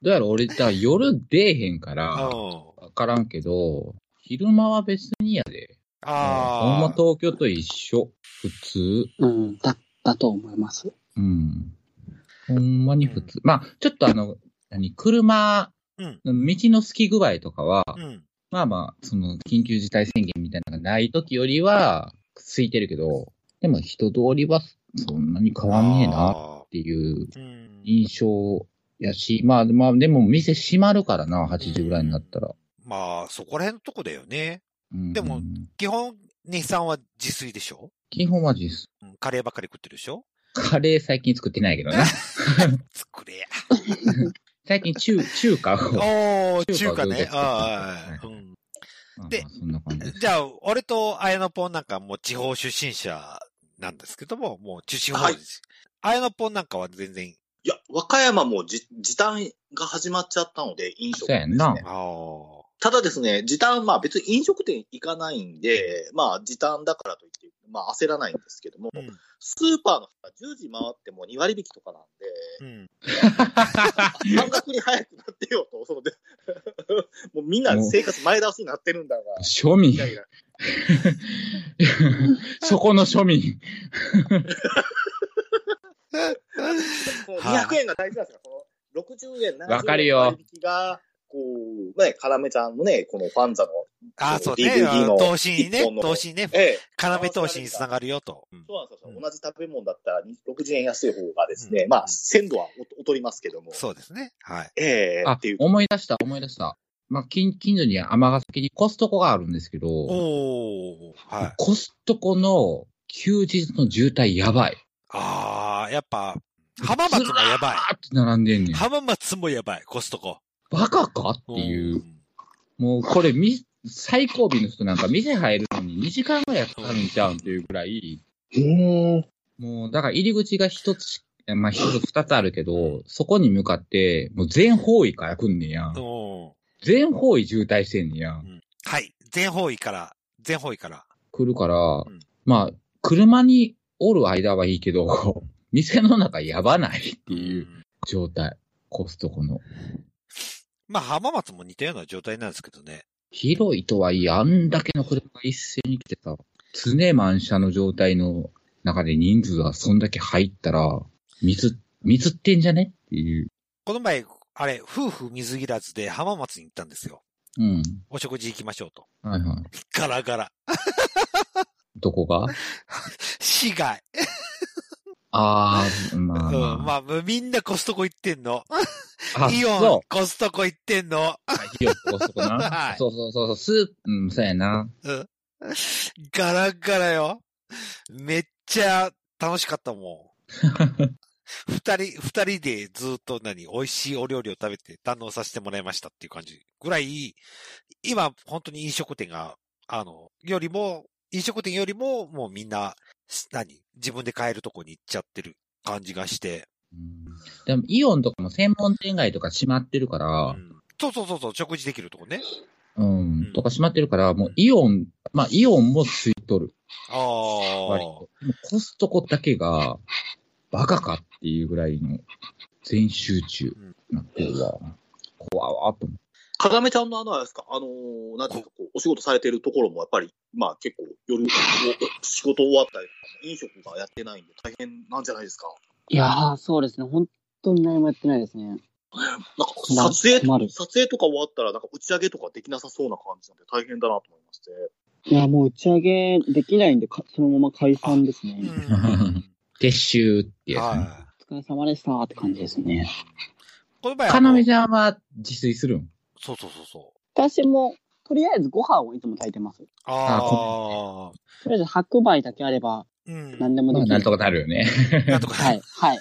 Speaker 2: どうやら俺、だから夜出えへんから、
Speaker 1: うん。
Speaker 2: わからんけど、昼間は別にやで。ほんま
Speaker 1: ああ。
Speaker 2: 東京と一緒。普通。
Speaker 4: うん、だ、だと思います。
Speaker 2: うん。ほんまに普通。まあ、ちょっと あの、何、車、
Speaker 1: うん
Speaker 2: 道の好き具合とかは、
Speaker 1: うん。
Speaker 2: まあまあ、その、緊急事態宣言みたいなのがない時よりは、空いてるけど、でも人通りはそんなに変わんねえなっ
Speaker 1: あ
Speaker 2: ていう
Speaker 1: ー。うん。
Speaker 2: 印象やし、まあ、まあ、でも店閉まるからな、8時ぐらいになったら。
Speaker 1: まあ、そこら辺のとこだよね。
Speaker 2: うん
Speaker 1: でも、基本、日産は自炊でしょ
Speaker 2: 基本は実、
Speaker 1: うんカレーばっかり食ってるでしょ
Speaker 2: カレー最近作ってないけど ね。
Speaker 1: 作れや。
Speaker 2: 最近中、中華を。
Speaker 1: おー、中
Speaker 2: 中華
Speaker 1: 華ね。
Speaker 2: どうぞ
Speaker 1: あ あ、
Speaker 2: は
Speaker 1: うん。
Speaker 2: まあ
Speaker 1: で
Speaker 2: そんな感じです。
Speaker 1: じゃあ、俺と綾野ポンなんかもう地方出身者なんですけども、もう中心方です。綾野ポンなんかは全然、
Speaker 3: いや、和歌山もじ時短が始まっちゃったので、飲食
Speaker 2: そう
Speaker 3: です
Speaker 2: やんな
Speaker 3: ね。
Speaker 1: ああ、
Speaker 3: ただですね、時短、まあ別に飲食店行かないんで、まあ時短だからといって、まあ焦らないんですけども、
Speaker 1: うん、
Speaker 3: スーパーの人が10時回っても2割引きとかなん
Speaker 1: うん。
Speaker 3: で、半額に早くなってよと、そので もうみんな生活前倒しになってるんだが、
Speaker 2: 庶民
Speaker 3: イ。ライ ラ
Speaker 2: そこの庶民。
Speaker 3: もう200円が大事なんですよ。この60円、70円
Speaker 2: わかるよ
Speaker 3: 割引が、こう、ね、カラメちゃんのね、このファンザの、
Speaker 1: ああ、そうね。あ
Speaker 3: DVD
Speaker 1: の
Speaker 3: の
Speaker 1: 投資にね
Speaker 3: 一本、の
Speaker 1: 投資にね、
Speaker 3: ええ、
Speaker 1: 要投資につながるよと。うん
Speaker 3: そうなんですよ。
Speaker 1: うん
Speaker 3: 同じ食べ物だったら60円安い方がですね、
Speaker 1: うん
Speaker 3: まあ、鮮度はお劣りますけども。
Speaker 1: そうですね。はい。
Speaker 3: ええ
Speaker 2: あ
Speaker 3: っていう、。
Speaker 2: 思い出した、思い出した。まあ、近近所に尼崎にコストコがあるんですけど、
Speaker 1: おー、はい。
Speaker 2: コストコの休日の渋滞やばい。
Speaker 1: ああ、やっぱ、浜松もやば
Speaker 2: あーって並んでんね
Speaker 1: い。
Speaker 2: ん。
Speaker 1: 浜松もやばい、コストコ。
Speaker 2: バカかっていうう。
Speaker 1: ん。
Speaker 2: もうこれ、み、最後尾の人なんか店入るのに2時間ぐらいかかるんちゃうんっていうぐらい、
Speaker 3: うん。
Speaker 2: もうだから入り口が一つし、まあ一つ二つあるけど、そこに向かって、もう全方位から来んねんやん。
Speaker 1: おー
Speaker 2: 全方位渋滞してんねんやん。
Speaker 1: はい。全方位から、全方位から。
Speaker 2: 来るから、
Speaker 1: ん
Speaker 2: まあ、車におる間はいいけど、 店の中やばないってい
Speaker 1: う
Speaker 2: う
Speaker 1: ん
Speaker 2: 状態。コストコの。
Speaker 1: まあ、浜松も似たような状態なんですけどね。
Speaker 2: 広いとはいえ、あんだけの車が一斉に来てさ、常満車の状態の中で人数がそんだけ入ったら、水、水ってんじゃねっていう。
Speaker 1: この前、あれ、夫婦水着らずで浜松に行ったんですよ。
Speaker 2: うん。
Speaker 1: お食事行きましょうと。
Speaker 2: はいはい。
Speaker 1: ガラガラ。
Speaker 2: どこが
Speaker 1: 市外。
Speaker 2: あー、
Speaker 1: うん。
Speaker 2: まあ、まあ、
Speaker 1: まあ、みんなコストコ行ってんの。
Speaker 2: あ、
Speaker 1: イオン
Speaker 2: そ、
Speaker 1: コストコ行ってんの。
Speaker 2: う。イオンコストコ
Speaker 1: は
Speaker 2: な。
Speaker 1: い
Speaker 2: そうそうそうそう、スープ、うん、そうやな。
Speaker 1: ガラガラよ。めっちゃ楽しかったもん。二人、二人でずっと何、美味しいお料理を食べて堪能させてもらいましたっていう感じぐらい、今本当に飲食店が、あの、よりも、飲食店よりももうみんな、し何、自分で買えるとこに行っちゃってる感じがして。
Speaker 2: うんでも、イオンとかも専門店街とか閉まってるか
Speaker 1: う
Speaker 2: ら、
Speaker 1: んそうそうそうそう、食事できるとこね。
Speaker 2: うん、とか閉まってるから、もうイオン、まあ、イオンもついとる。
Speaker 1: あ
Speaker 2: 割
Speaker 1: あ
Speaker 2: と。でもコストコだけが、バカかっていうぐらいの全集中なってるわ。怖わーと思
Speaker 3: かがめちゃんのあの、あれですか、あのーなんていうか、こう、お仕事されてるところも、やっぱり、まあ結構、夜、お仕事終わったりとか、飲食がやってないんで大変なんじゃないですか。
Speaker 4: いやー、そうですね。本当に何もやってないですね。
Speaker 3: なんか、
Speaker 4: ま
Speaker 3: 撮影
Speaker 4: 困る
Speaker 3: と、撮影とか終わったら、なんか打ち上げとかできなさそうな感じなんで、大変だなと思いまして。
Speaker 4: いや、もう打ち上げできないんで、かそのまま解散です
Speaker 1: う
Speaker 4: ね。
Speaker 1: ん。
Speaker 2: う。撤収ってやつ、ね。
Speaker 1: は
Speaker 4: お疲れ様でしたって感じですね。
Speaker 1: い。この前あ
Speaker 2: か
Speaker 1: の
Speaker 2: なめちゃんは自炊するん
Speaker 1: そうそうそうそう。
Speaker 4: 私も、とりあえずご飯をいつも炊いてます。
Speaker 1: ああ
Speaker 2: あ、
Speaker 4: とりあえず白米だけあれば
Speaker 1: うん。
Speaker 4: 何でも
Speaker 2: ま
Speaker 4: で
Speaker 2: あ、
Speaker 4: き
Speaker 2: なん
Speaker 4: る。
Speaker 2: とかなるよね。
Speaker 1: なんとか。
Speaker 4: はい、はい。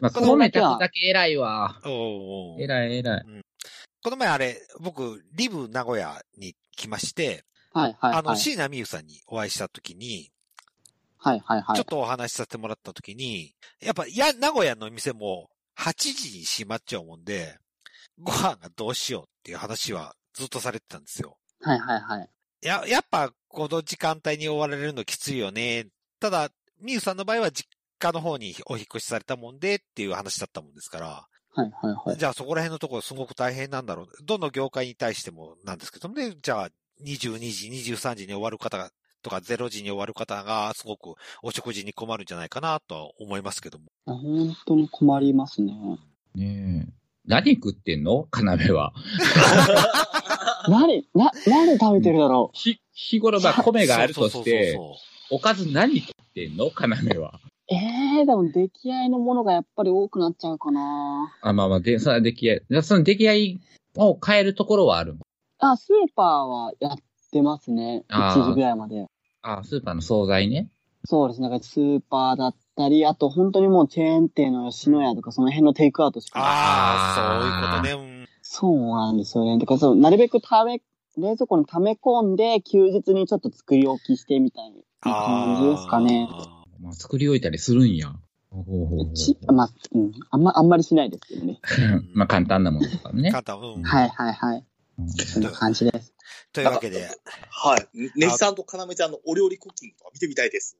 Speaker 2: まあ、
Speaker 1: この
Speaker 2: このめただけ偉いわ。
Speaker 1: おうおう
Speaker 2: 偉い偉い。
Speaker 1: この前あれ、僕、リブ名古屋に来まして、
Speaker 4: はい、はい、
Speaker 1: あの、
Speaker 4: はい。
Speaker 1: 椎名美優さんにお会いした時に、
Speaker 4: はい、はい、は
Speaker 1: ちょ
Speaker 4: い
Speaker 1: っ。とお話しさせてもらった時に、やっぱ、や、名古屋の店も8時に閉まっちゃうもんで、ご飯がどうしようっていう話はずっとされてたんですよ。
Speaker 4: はい、はい、はい。
Speaker 1: や、やっぱ、この時間帯に追われるのきついよね。ただ、美優さんの場合は実家の方にお引っ越しされたもんでっていう話だったもんですから、
Speaker 4: はい、はい、はい。
Speaker 1: じゃあそこら辺のところすごく大変なんだろう。どの業界に対してもなんですけどもね、じゃあ22時、23時に終わる方がとか0時に終わる方がすごくお食事に困るんじゃないかなとは思いますけども。
Speaker 4: いや本当に困りますね。
Speaker 2: ねえ。何食ってんのかなめは。
Speaker 4: 何、な、何で食べてるだろ
Speaker 2: ひ、日頃まあ米があるとし
Speaker 1: そう
Speaker 2: て、
Speaker 1: そうそう
Speaker 2: おかず何食ってんのかなめは。
Speaker 4: う。ええないだの出来合いのものがやっぱり多くなっちゃうかな。
Speaker 2: あ、まあまあ、で、その出来合い、その出来合いを変えるところはある
Speaker 4: あ、スーパーはやってますね。
Speaker 2: あー
Speaker 4: 1時ぐらいまで。
Speaker 2: あ、スーパーの惣菜ね。
Speaker 4: そうですね。なんかスーパーだったり、あと本当にもうチェーン店の吉野家とかその辺のテイクアウトしか。
Speaker 1: ああ、そういうことね。うん
Speaker 4: そうなんですよね。だからそう、なるべくため、冷蔵庫に溜め込んで、休日にちょっと作り置きしてみたいな感じですかね。
Speaker 1: あ
Speaker 2: まあ、作り置いたりするんや。ほうほうほう
Speaker 4: うち、まあ、うん、あんま、あんまりしないですけどね。
Speaker 1: ー
Speaker 2: まあ、簡単なものとかね。
Speaker 1: 簡単。うん
Speaker 4: はいはいはい。
Speaker 2: うん
Speaker 4: そんな感じです。
Speaker 1: というわけで、
Speaker 3: はい。ネジさんとかなめちゃんのお料理クッキングとか見てみたいです。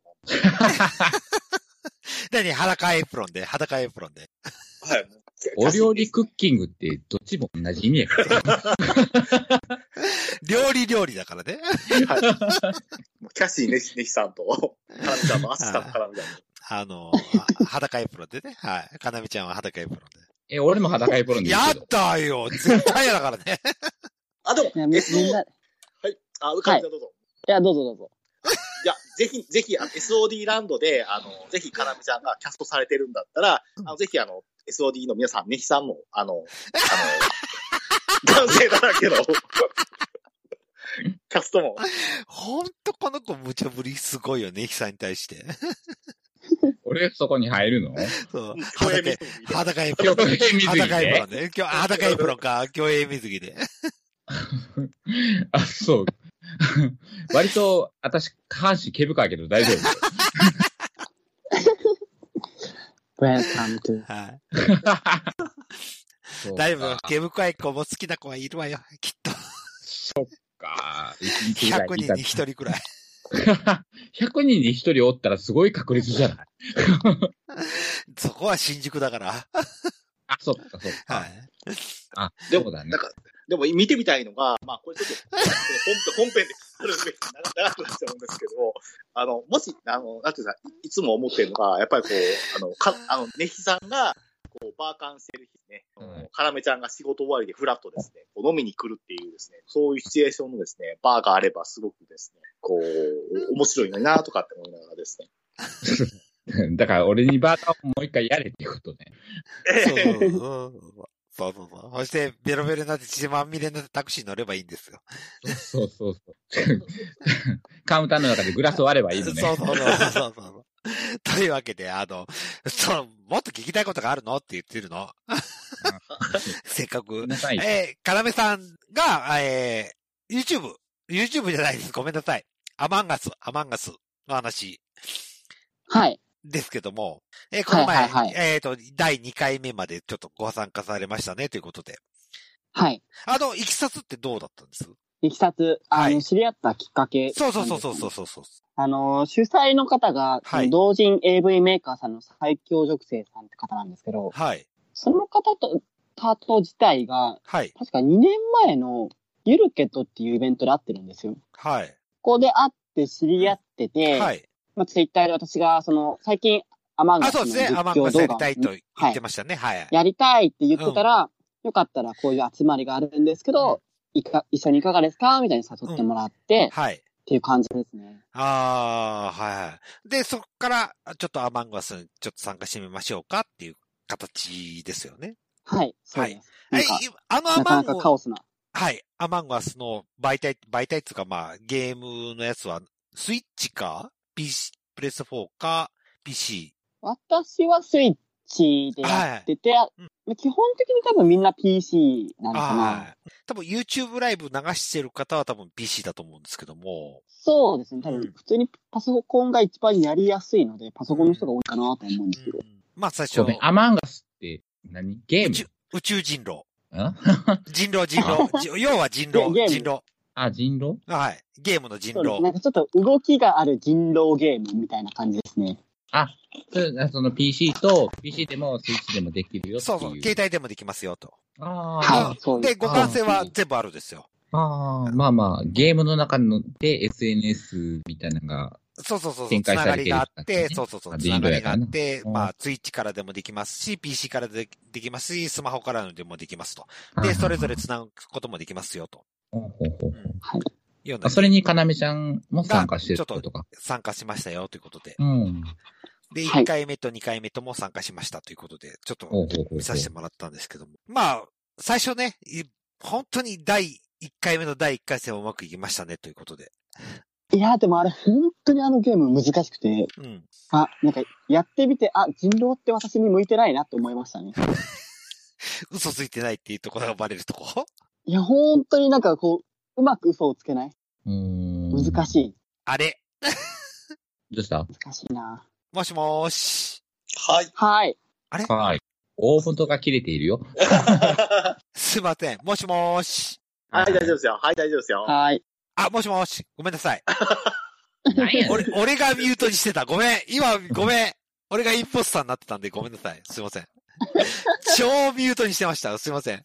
Speaker 1: 何裸エプロンで、裸エプロンで。
Speaker 3: はい。
Speaker 2: お料理クッキングってどっちも同じ意味やから。
Speaker 1: 料理料理だからね。
Speaker 3: キャシー、キャシーネヒネヒさんと、かなみちゃんのアシスタントかなみちゃん の。
Speaker 1: あの、あ裸エプロンでね。はい。かなみちゃんは裸エプロン
Speaker 2: え、俺も裸エプロン
Speaker 1: で。
Speaker 2: で
Speaker 1: や
Speaker 2: すけど
Speaker 1: っ。たよ絶対やだからね。
Speaker 3: あ、でも、
Speaker 4: いや、み
Speaker 3: えっと
Speaker 4: みんな、い
Speaker 3: あ、うかみちゃんどうぞ。
Speaker 4: や、どうぞど うぞ。
Speaker 3: いや、ぜひ、ぜひ、あの SOD ランドで、あの、ぜひ、かなみちゃんがキャストされてるんだったら、あの、ぜひ、あの、SOD の皆さん、ネヒさんも、あの、 あの、男性だらけの、キャストも、
Speaker 1: ほんとこの子無茶ぶりすごいよね、ヒさんに対して。
Speaker 2: 俺そこに入るの
Speaker 1: そう。
Speaker 3: 共演見
Speaker 1: 裸
Speaker 3: て、
Speaker 1: 裸エ
Speaker 3: みて
Speaker 1: プロン。
Speaker 2: 共演水着ね
Speaker 1: 裸エプロンで。今日、裸エプロンか、競泳水着で。
Speaker 2: あ、そう。 割と、私、下半身毛深いけ ど 大丈夫。
Speaker 4: Welcome to.
Speaker 1: はい。
Speaker 2: そう
Speaker 1: だいぶ
Speaker 2: か、
Speaker 1: 毛深い子も好きな子はいるわよ。きっと。
Speaker 2: か。
Speaker 1: 100
Speaker 2: 100
Speaker 1: 人に1人くら い。
Speaker 2: 100人に1人おったらすごい確率じゃない
Speaker 1: そこは新宿だから。
Speaker 2: あ、そっか、そっか。
Speaker 1: はい。
Speaker 2: あ、
Speaker 3: で
Speaker 2: そ
Speaker 3: も
Speaker 2: うだね
Speaker 3: なん。か、でも見てみたいのが、まあ、これちょっ と、本編、本編であるべき長くなっちゃうんですけど、あの、もし、あの、なんていうか、いつも思ってるのが、やっぱりこう、あの、か、あの、ネヒさんが、こう、バーカンしてる日ね、
Speaker 2: うん
Speaker 3: カラメちゃんが仕事終わりでフラットですね、こう飲みに来るっていうですね、そういうシチュエーションのですね、バーがあればすごくですね、こう、面白いのになとかって思いながらですね。
Speaker 2: だから俺にバーターをもう一回やれってことね。
Speaker 1: そうそうそう。そうそうそう。そして、ベロベロになって血まみれになってタクシーに乗ればいいんですよ。
Speaker 2: そうそう そう。カウンターの中でグラスを割ればいいのね。
Speaker 1: そうそうそうそうそう。 というわけで、あの、そう、もっと聞きたいことがあるのって言ってるの。 せっか
Speaker 2: ごめ
Speaker 1: く
Speaker 2: ん。なさい。
Speaker 1: えー、かなめさんが、えー、YouTube、YouTube じゃないです。ごめんなさい。アマンガス、アマンガスの話
Speaker 4: はい。
Speaker 1: ですけども、えー、この前、
Speaker 4: はいはい
Speaker 1: えっ、と、第2回目までちょっとご参加されましたね、ということで。
Speaker 4: はい。
Speaker 1: あの、いきさつってどうだったんです
Speaker 4: いきさつ、あの、
Speaker 1: はい
Speaker 4: 知り合ったきっかけ。
Speaker 1: そうそうそうそうそう。そうそう。
Speaker 4: あの、主催の方が、
Speaker 1: はい
Speaker 4: 同人 AV メーカーさんの最強女性さんって方なんですけど、
Speaker 1: はい。
Speaker 4: その方と、パート自体が、
Speaker 1: はい。
Speaker 4: 確か2年前のゆるけとっていうイベントで会ってるんですよ。
Speaker 1: はい。
Speaker 4: ここで会って知り合ってて、
Speaker 1: はい。
Speaker 4: まあ、ツイッターで私が、その、最近、アマンガ
Speaker 1: あ、
Speaker 4: スの
Speaker 1: そうですね。
Speaker 4: 実
Speaker 1: アマンガ
Speaker 4: 況
Speaker 1: スや
Speaker 4: 動
Speaker 1: り
Speaker 4: 画を
Speaker 1: たいと言ってましたね。はい。
Speaker 4: やりたいって言ってたら、よかったらこういう集まりがあるんですけど、
Speaker 1: うん
Speaker 4: いか一緒にいかがですかみたいに誘ってもらって、っ
Speaker 1: はい。
Speaker 4: ていう感じですね。
Speaker 1: ああ、はいはい。で、そこから、ちょっとアマンガスにちょっと参加してみましょうかっていう形ですよね。
Speaker 4: はい、そうです。
Speaker 1: え
Speaker 4: なんか、、
Speaker 1: あのア
Speaker 4: なか
Speaker 1: マン
Speaker 4: な
Speaker 1: ガ
Speaker 4: かカオスな。
Speaker 1: はい。アマンガスの媒体、媒体っていうかまあ、ゲームのやつは、スイッチか ?PC、プレス4か ?PC。
Speaker 4: 私はスイッチでやってて、
Speaker 1: う
Speaker 4: まあ基本的に多分みんな PC なのかな。
Speaker 1: はい。多分 YouTube ライブ流してる方は多分 PC だと思うんですけども。
Speaker 4: そうですね。多
Speaker 1: うん
Speaker 4: 分、普通にパソコンが一番やりやすいので、パソコンの人が多いかなと思うんですけど。
Speaker 1: うんまあ最初
Speaker 2: ご、めん、アマンガスって何ゲー
Speaker 1: 宇
Speaker 2: ム
Speaker 1: 宙宇宙人狼。
Speaker 2: ん
Speaker 1: 人狼人狼。じ要は人狼
Speaker 4: ゲ。ーム
Speaker 1: 人狼。
Speaker 2: あ、人狼
Speaker 1: はい。ゲームの人
Speaker 4: そうです。
Speaker 1: 狼
Speaker 4: な。んかちょっと動きがある人狼ゲームみたいな感じですね。
Speaker 2: それその PC と、PC でもスイッチでもできるよってい。
Speaker 1: そううそう。携帯でもできますよと。
Speaker 2: あー
Speaker 4: はい、そう
Speaker 1: で、
Speaker 4: です。
Speaker 1: 互換性は全部あるですよ。
Speaker 2: あー、まあまあ、ゲームの中ので SNS みたいなのが、
Speaker 1: そうそうそうそう。
Speaker 2: 展
Speaker 1: つな
Speaker 2: 開
Speaker 1: が
Speaker 2: さ
Speaker 1: り
Speaker 2: れてる
Speaker 1: があっ
Speaker 2: やつ
Speaker 1: て、
Speaker 2: ね
Speaker 1: そうそうそう。
Speaker 2: あ
Speaker 1: つながりがあって、
Speaker 2: うん
Speaker 1: まあ、ツイッチからでもできますし、PC からでできますし、スマホからでもできますと。で、それぞれつなぐこともできますよと。
Speaker 2: ほうほうほ
Speaker 1: う
Speaker 2: う
Speaker 1: ん
Speaker 4: はい。
Speaker 1: ような
Speaker 2: あそれに、かなめちゃんも参加してるってことか。
Speaker 1: 参加しましたよということで。
Speaker 2: うん。
Speaker 1: で、
Speaker 4: はい
Speaker 1: 1回目と2回目とも参加しましたということで、ちょっと
Speaker 2: ほうほうほうほう
Speaker 1: 見させてもらったんですけども。まあ、最初ね、い本当に第1回目の第1回戦はうまくいきましたねということで。
Speaker 4: いやーでもあれ、本当にあのゲーム難しくて、
Speaker 1: うん。
Speaker 4: あ、なんか、やってみて、あ、人狼って私に向いてないなって思いましたね。
Speaker 1: 嘘ついてないっていうところがバレるとこ。
Speaker 4: いや、本当になんかこう、うまく嘘をつけない。難し
Speaker 2: い。
Speaker 4: い。
Speaker 1: あれ
Speaker 2: どうした
Speaker 4: 難しいな
Speaker 1: もしもーし。
Speaker 3: はい。
Speaker 4: はい。
Speaker 2: はい。オーブントが切れているよ。
Speaker 1: すいません。もしもーし。
Speaker 3: はい、大丈夫ですよ。はい、大丈夫ですよ。
Speaker 4: はい。
Speaker 1: あ、もしもーし。ごめんなさい。
Speaker 2: なん やねん
Speaker 1: 俺、俺がミュートにしてた。ごめん。今、ごめん。俺がインポスターになってたんで、ごめんなさい。すいません。超ミュートにしてました。すいません。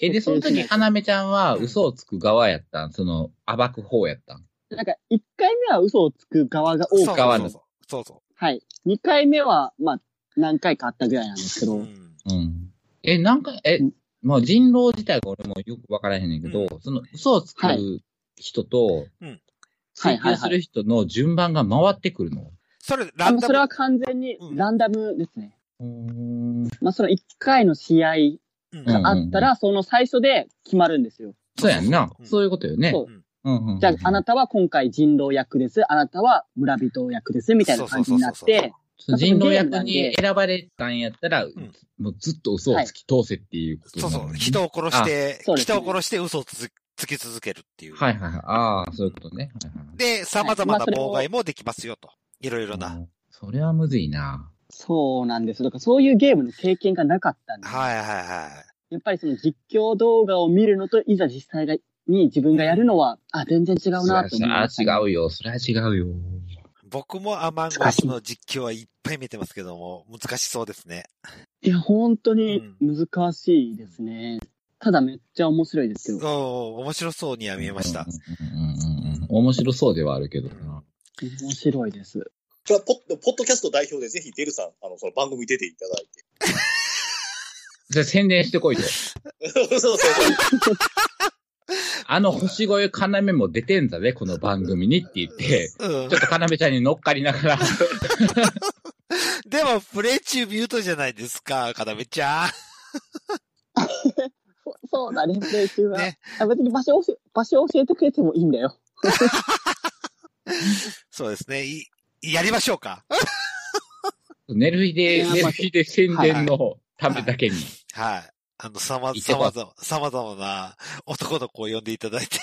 Speaker 2: え、で、その時、花芽ちゃんは嘘をつく側やったんその、暴く方やったん
Speaker 4: なんか、1回目は嘘をつく側が多
Speaker 1: そう
Speaker 4: く、
Speaker 2: 川
Speaker 1: そ
Speaker 2: の
Speaker 1: うそう。そうそ
Speaker 4: はい。2回目は、まあ、何回かあったぐらいなんですけ
Speaker 1: う。
Speaker 4: ど、
Speaker 1: うん。
Speaker 2: うん。え、なんか、え、まあ人狼自体が俺もよくわからへんねんけど、その嘘をつく人と
Speaker 1: うん、
Speaker 2: 追求する人の順番が回ってくるの。
Speaker 1: それ、ラ
Speaker 4: あ
Speaker 1: ン
Speaker 4: の
Speaker 1: ダ
Speaker 4: それ
Speaker 1: ム
Speaker 4: は。完全に
Speaker 1: うん
Speaker 4: ランダムですね。
Speaker 2: うーん。
Speaker 4: まあ、その1回の試合
Speaker 1: うん
Speaker 2: うん
Speaker 4: があったら、その最初で決まるんですよ。
Speaker 2: そうやんな。
Speaker 1: うん
Speaker 2: そういうことよね。
Speaker 4: そ
Speaker 2: う
Speaker 4: う
Speaker 2: んうんうん
Speaker 4: じゃあ、あなたは今回人狼役です。あなたは村人役です。みたいな感じになっ
Speaker 1: そうそうそう
Speaker 4: て、
Speaker 2: その人狼役に選ばれたんやったら、
Speaker 1: ん
Speaker 2: もうずっと嘘をつき通せっていうこと
Speaker 1: そう
Speaker 2: にな
Speaker 1: そ
Speaker 2: る
Speaker 1: う。
Speaker 2: ね
Speaker 1: 人を殺して、
Speaker 4: そうですね
Speaker 1: 人を殺して嘘をつづつき続けるっていう。
Speaker 2: はいはいはい。ああ、そういうことね。はいはいはい
Speaker 1: で、様々
Speaker 4: ま
Speaker 1: な
Speaker 4: あそれを
Speaker 1: 妨害もできますよと。いろいろな。。
Speaker 2: それはむずいな。
Speaker 4: そうなんです。だからそういうゲームの経験がなかったんで、
Speaker 1: はいはいは
Speaker 4: やっぱりその実況動画を見るのと、いざ実際に自分がやるのは、あ、全然違うなと思い
Speaker 2: あ
Speaker 4: ました、
Speaker 2: 違うよ。それは違う
Speaker 1: い。
Speaker 2: よ。
Speaker 1: 僕もアマンゴスの実況はいっぱい見てますけども、難しそうですね。
Speaker 4: いや、本当に難しいですね。ただめっちゃ面白いですよ。
Speaker 1: おー面白そうには見えました。
Speaker 2: うんうんうんうん面白そうではあるけどな。
Speaker 4: 面白いです。
Speaker 3: これはポッ、ポッドキャスト代表でぜひデルさん、あの、その番組出ていただい
Speaker 2: じゃあ宣伝してこいと。
Speaker 3: て。 そうそうそう。
Speaker 2: あの星越え要も出てんだぜ、この番組にって言って、
Speaker 1: うん
Speaker 2: ちょっと要ちゃんに乗っかりな がら、
Speaker 1: でも、プレイ中ミュートじゃないですか、かなめちゃん。
Speaker 4: そそうだね、プレイ中は。
Speaker 1: ね
Speaker 4: あ別に場所を教え、場所を教えてくれてもいいんだよ。
Speaker 1: そうですね。いやりましょうか。
Speaker 2: 寝る日で、寝る日で宣伝のためだけに。
Speaker 1: はい。あの、さま、
Speaker 2: い
Speaker 1: さ
Speaker 2: けば
Speaker 1: まざま、さまざまな男の子を呼んでいただいて。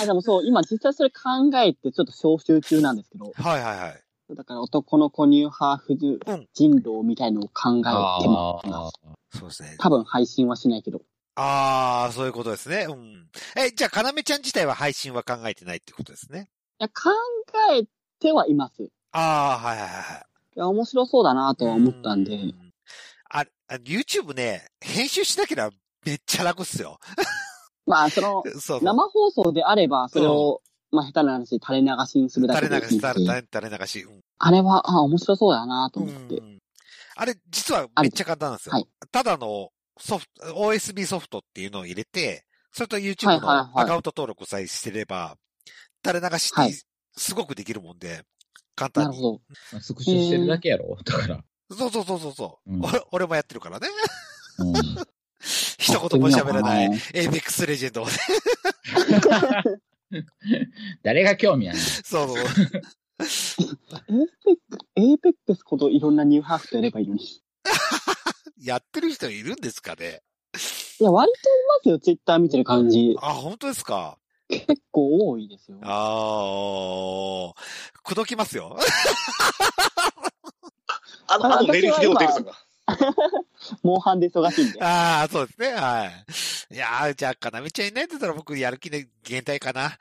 Speaker 4: あ、でもそう、今実際それ考えてちょっと招集中なんですけど、
Speaker 1: はいはいはい。
Speaker 4: だから男の子ニューハーフ
Speaker 1: うん
Speaker 4: 人狼みたいのを考えてま
Speaker 2: あ
Speaker 4: す。
Speaker 2: あ、
Speaker 1: そうですね。
Speaker 4: 多分配信はしないけど。
Speaker 1: あー、そういうことですね。うん。え、じゃあ、かなめちゃん自体は配信は考えてないってことですね。
Speaker 4: いや、考えてはいます。い
Speaker 1: あー、はいはいはい。
Speaker 4: や、面白そうだなとは思ったん
Speaker 1: う
Speaker 4: で。。
Speaker 1: あ、あ YouTube ね、編集しなければめっちゃ楽っすよ。
Speaker 4: まあ、その、
Speaker 1: そうそう。
Speaker 4: 生放送であれば、それを、まあ、下手な話、垂れ流しにするだけ
Speaker 1: 垂れ
Speaker 4: で
Speaker 1: 流
Speaker 4: いい
Speaker 1: し、
Speaker 4: んで
Speaker 1: 垂れ垂れ流し。うん
Speaker 4: あれは、あ、面白そうだなと思って。
Speaker 1: うんあれ、実はめっちゃ簡単なんですよ。
Speaker 4: はい
Speaker 1: ただのソフト、OSB ソフトっていうのを入れて、それと
Speaker 4: はい
Speaker 1: YouTube
Speaker 4: はいはい
Speaker 1: のアカウント登録さえしてれば、垂れ流し
Speaker 4: は
Speaker 1: っ
Speaker 4: い
Speaker 1: てすごくできるもんで、簡単
Speaker 4: なる
Speaker 1: に。
Speaker 4: ほど。
Speaker 2: スクショしてるだけやろだ から。
Speaker 1: そうそうそうそうそう、
Speaker 2: うん
Speaker 1: 俺。俺もやってる からね。
Speaker 2: うん
Speaker 1: 一言も喋らない
Speaker 4: あ。
Speaker 1: エイペックスレジェンドを ね。
Speaker 2: 誰が興味ある
Speaker 1: そうそう。
Speaker 4: エーペック、エーペックスこといろんなニューハーフとやればいいのに。い
Speaker 1: やってる人いるんですかね
Speaker 4: や、割といますよ、ツイッター見てる感じ。
Speaker 1: あ、本当ですか
Speaker 4: 結構多いですよ。
Speaker 1: ああ、くどきますよ。
Speaker 3: あの、あと寝る日でもデルさんが。
Speaker 4: モンハンで忙しいんで。
Speaker 1: ああ、そうですね。はい。いやー、じゃあ、かなめちゃんいないんだったら僕、やる気で減退かな。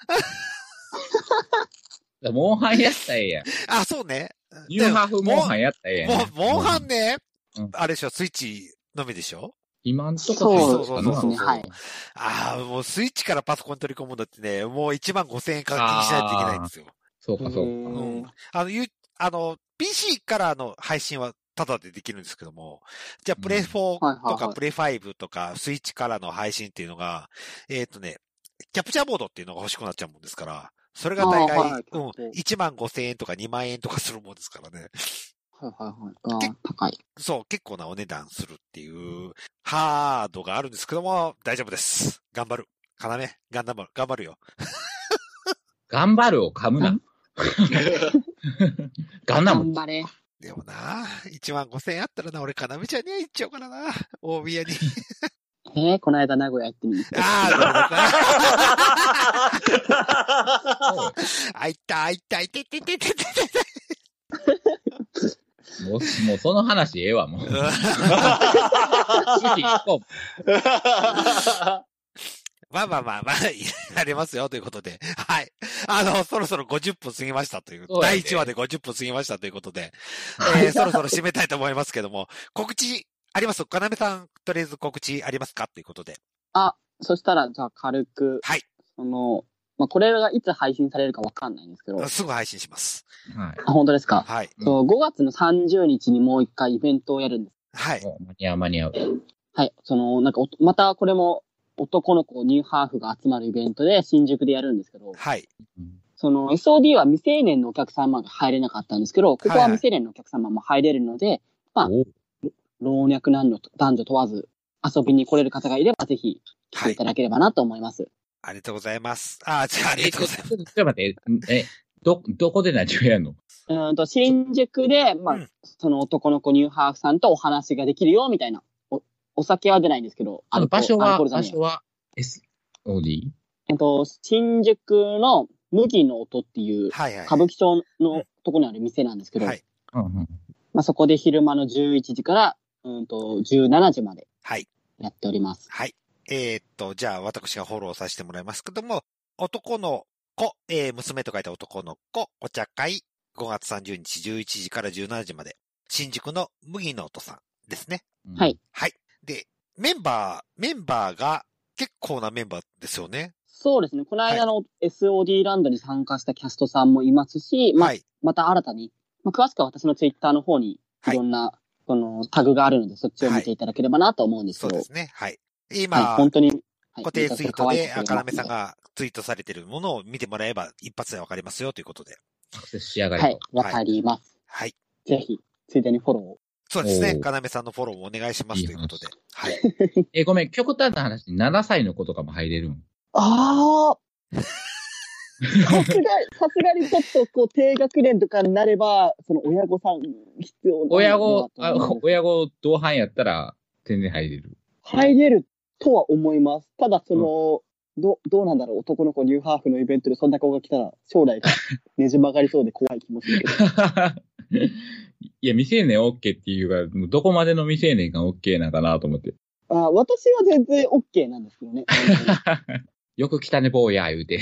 Speaker 2: のモンハンやったらええやん。
Speaker 1: あ、そうね。
Speaker 2: ニューハーフモンハン
Speaker 1: ン
Speaker 2: やったらええやん。
Speaker 1: もう、モンハンね
Speaker 2: うん。
Speaker 1: あれでしょ、スイッチのみでしょ
Speaker 2: 今んとこ
Speaker 4: そう
Speaker 1: そう
Speaker 4: で
Speaker 1: そう
Speaker 4: す
Speaker 1: そう
Speaker 4: ね、はい。
Speaker 1: ああ、もうスイッチからパソコンに取り込むんだってね、もう1万5千円課金しないといけないんですよ。
Speaker 2: そうか、そう
Speaker 1: う
Speaker 2: か。
Speaker 1: ん。あの、ゆあの、PC からの配信はタダでできるんですけども、じゃあ、プレイ4と
Speaker 4: はいはい
Speaker 1: か
Speaker 4: はい
Speaker 1: プレイ5とか、スイッチからの配信っていうのが、えっ、とね、キャプチャーボードっていうのが欲しくなっちゃうもんですから、それが大概、
Speaker 4: あーはい
Speaker 1: うん、1万5千円とか2万円とかするもんですからね。
Speaker 4: はいはいはい。あー高い。
Speaker 1: そう、結構なお値段するっていう、ハードがあるんですけども、大丈夫です。頑張る。要、ガンダム、頑張るよ。
Speaker 2: 頑張るを噛むな。 ガンダム。
Speaker 4: 頑張れ。
Speaker 1: でもな、1万5千円あったらな、俺、要ちゃんには行っちゃおうからな。大宮 に。
Speaker 4: えー、この間名古屋行ってみる。
Speaker 1: ああ、なるほどな。
Speaker 2: お
Speaker 1: あいった、あいった、いててててててて。
Speaker 2: うもう、もうその話ええわ、も う。次行こう
Speaker 1: まあまあまあまあ、やれますよということで。はい。あの、そろそろ50分過ぎましたという、
Speaker 2: そうやね
Speaker 1: 第1話で50分過ぎましたということで、えーそろそろ締めたいと思いますけども、告知ありますかなめさん、とりあえず告知ありますかということで。
Speaker 4: そしたら、じゃあ軽く、
Speaker 1: はい。
Speaker 4: その、まあ、これがいつ配信されるかわかんないんですけど、あ、
Speaker 1: すぐ配信します。
Speaker 2: はい。
Speaker 4: 本当ですか、
Speaker 1: はい。
Speaker 4: そう、5月の30日にもう一回イベントをやるんです。
Speaker 1: はい。
Speaker 2: もう間に合う、間に合う。
Speaker 4: はい。その、なんかお、またこれも、男の子、ニューハーフが集まるイベントで、新宿でやるんですけど、
Speaker 1: はい。
Speaker 2: うん
Speaker 4: その SOD は未成年のお客様が入れなかったんですけど、ここ
Speaker 1: はいは
Speaker 4: はい未成年のお客様も入れるので、あ
Speaker 2: おう
Speaker 4: 老若男女男女問わず遊びに来れる方がいれば、ぜひ来
Speaker 1: は
Speaker 4: てい
Speaker 1: い
Speaker 4: た。だければなと思います。
Speaker 1: ありがとうございます。あ、じゃあ、ありがとうございます。
Speaker 2: ちょっと待って、え、ど、どこで何をやるの
Speaker 4: うーんと、新宿で、まあ、
Speaker 1: うん
Speaker 4: その男の子ニューハーフさんとお話ができるよ、みたいな。お、お酒は出ないんですけど、
Speaker 2: あの、
Speaker 4: コ
Speaker 2: 場
Speaker 4: ール
Speaker 2: 所
Speaker 4: アル
Speaker 2: は、
Speaker 4: コールじゃ
Speaker 2: 場
Speaker 4: ない
Speaker 2: 所は、SOD?
Speaker 4: えっと、新宿の麦の音っていう、
Speaker 1: はいはい。
Speaker 4: 歌舞伎町
Speaker 1: うん
Speaker 4: のとこにある店なんですけど、
Speaker 1: はい。
Speaker 2: うんうん。
Speaker 4: まあ、そこで昼間の11時から、うんと、17時まで
Speaker 1: はい。
Speaker 4: やっております。
Speaker 1: はい。えーっと、じゃあ私がフォローさせてもらいますけども、男の子、えー娘と書いた男の子、お茶会、5月30日11時から17時まで、新宿の麦の音さんですね。
Speaker 2: うん
Speaker 4: はい。
Speaker 1: はい。で、メンバー、メンバーが結構なメンバーですよね。
Speaker 4: そうですね。この間の SOD ランドに参加したキャストさんもいますし、まあ
Speaker 1: はい。
Speaker 4: また新たに、まあ詳しくは私のツイッターの方に
Speaker 1: はい
Speaker 4: いろんな、そのタグがあるので、そっちを見ていただければなと思うんです
Speaker 1: そ
Speaker 4: け
Speaker 1: う
Speaker 4: ど、
Speaker 1: ですね。はい。
Speaker 4: はい、
Speaker 1: 今、
Speaker 4: 本当に、はい
Speaker 1: 固定ツイートで、あか
Speaker 4: 可
Speaker 1: ら
Speaker 4: 愛
Speaker 1: め
Speaker 4: く
Speaker 1: さ
Speaker 4: て
Speaker 1: んがツイートされてるものを見てもらえば一発でわかりますよということで。
Speaker 2: アクセスしやが
Speaker 4: は
Speaker 2: れ
Speaker 4: い
Speaker 2: と。、
Speaker 4: わかります。
Speaker 1: はい。
Speaker 4: ぜひ、ついでにフォローを。
Speaker 1: そうですね。
Speaker 2: おー
Speaker 1: かなめさんのフォローもお願いしますということで。はい。
Speaker 2: え、ごめん、極端な話、7歳の子とかも入れるん
Speaker 4: ああさすが、さすがにちょっと、こう、低学年とかになれば、その親御さん必要な
Speaker 2: 親子、
Speaker 4: な
Speaker 2: あ
Speaker 4: と思うんです
Speaker 2: 親子同伴やったら、全然入れる。
Speaker 4: 入れるとは思います。ただ、その、ど、どうなんだろう、男の子ニューハーフのイベントでそんな子が来たら、将来がねじ曲がりそうで怖い気も するけど。
Speaker 2: いや、未成年 OK っていうから、もうどこまでの未成年が OK なんかなと思って。
Speaker 4: あ私は全然 OK なんですけどね。
Speaker 2: よく来たね、坊や、言うて。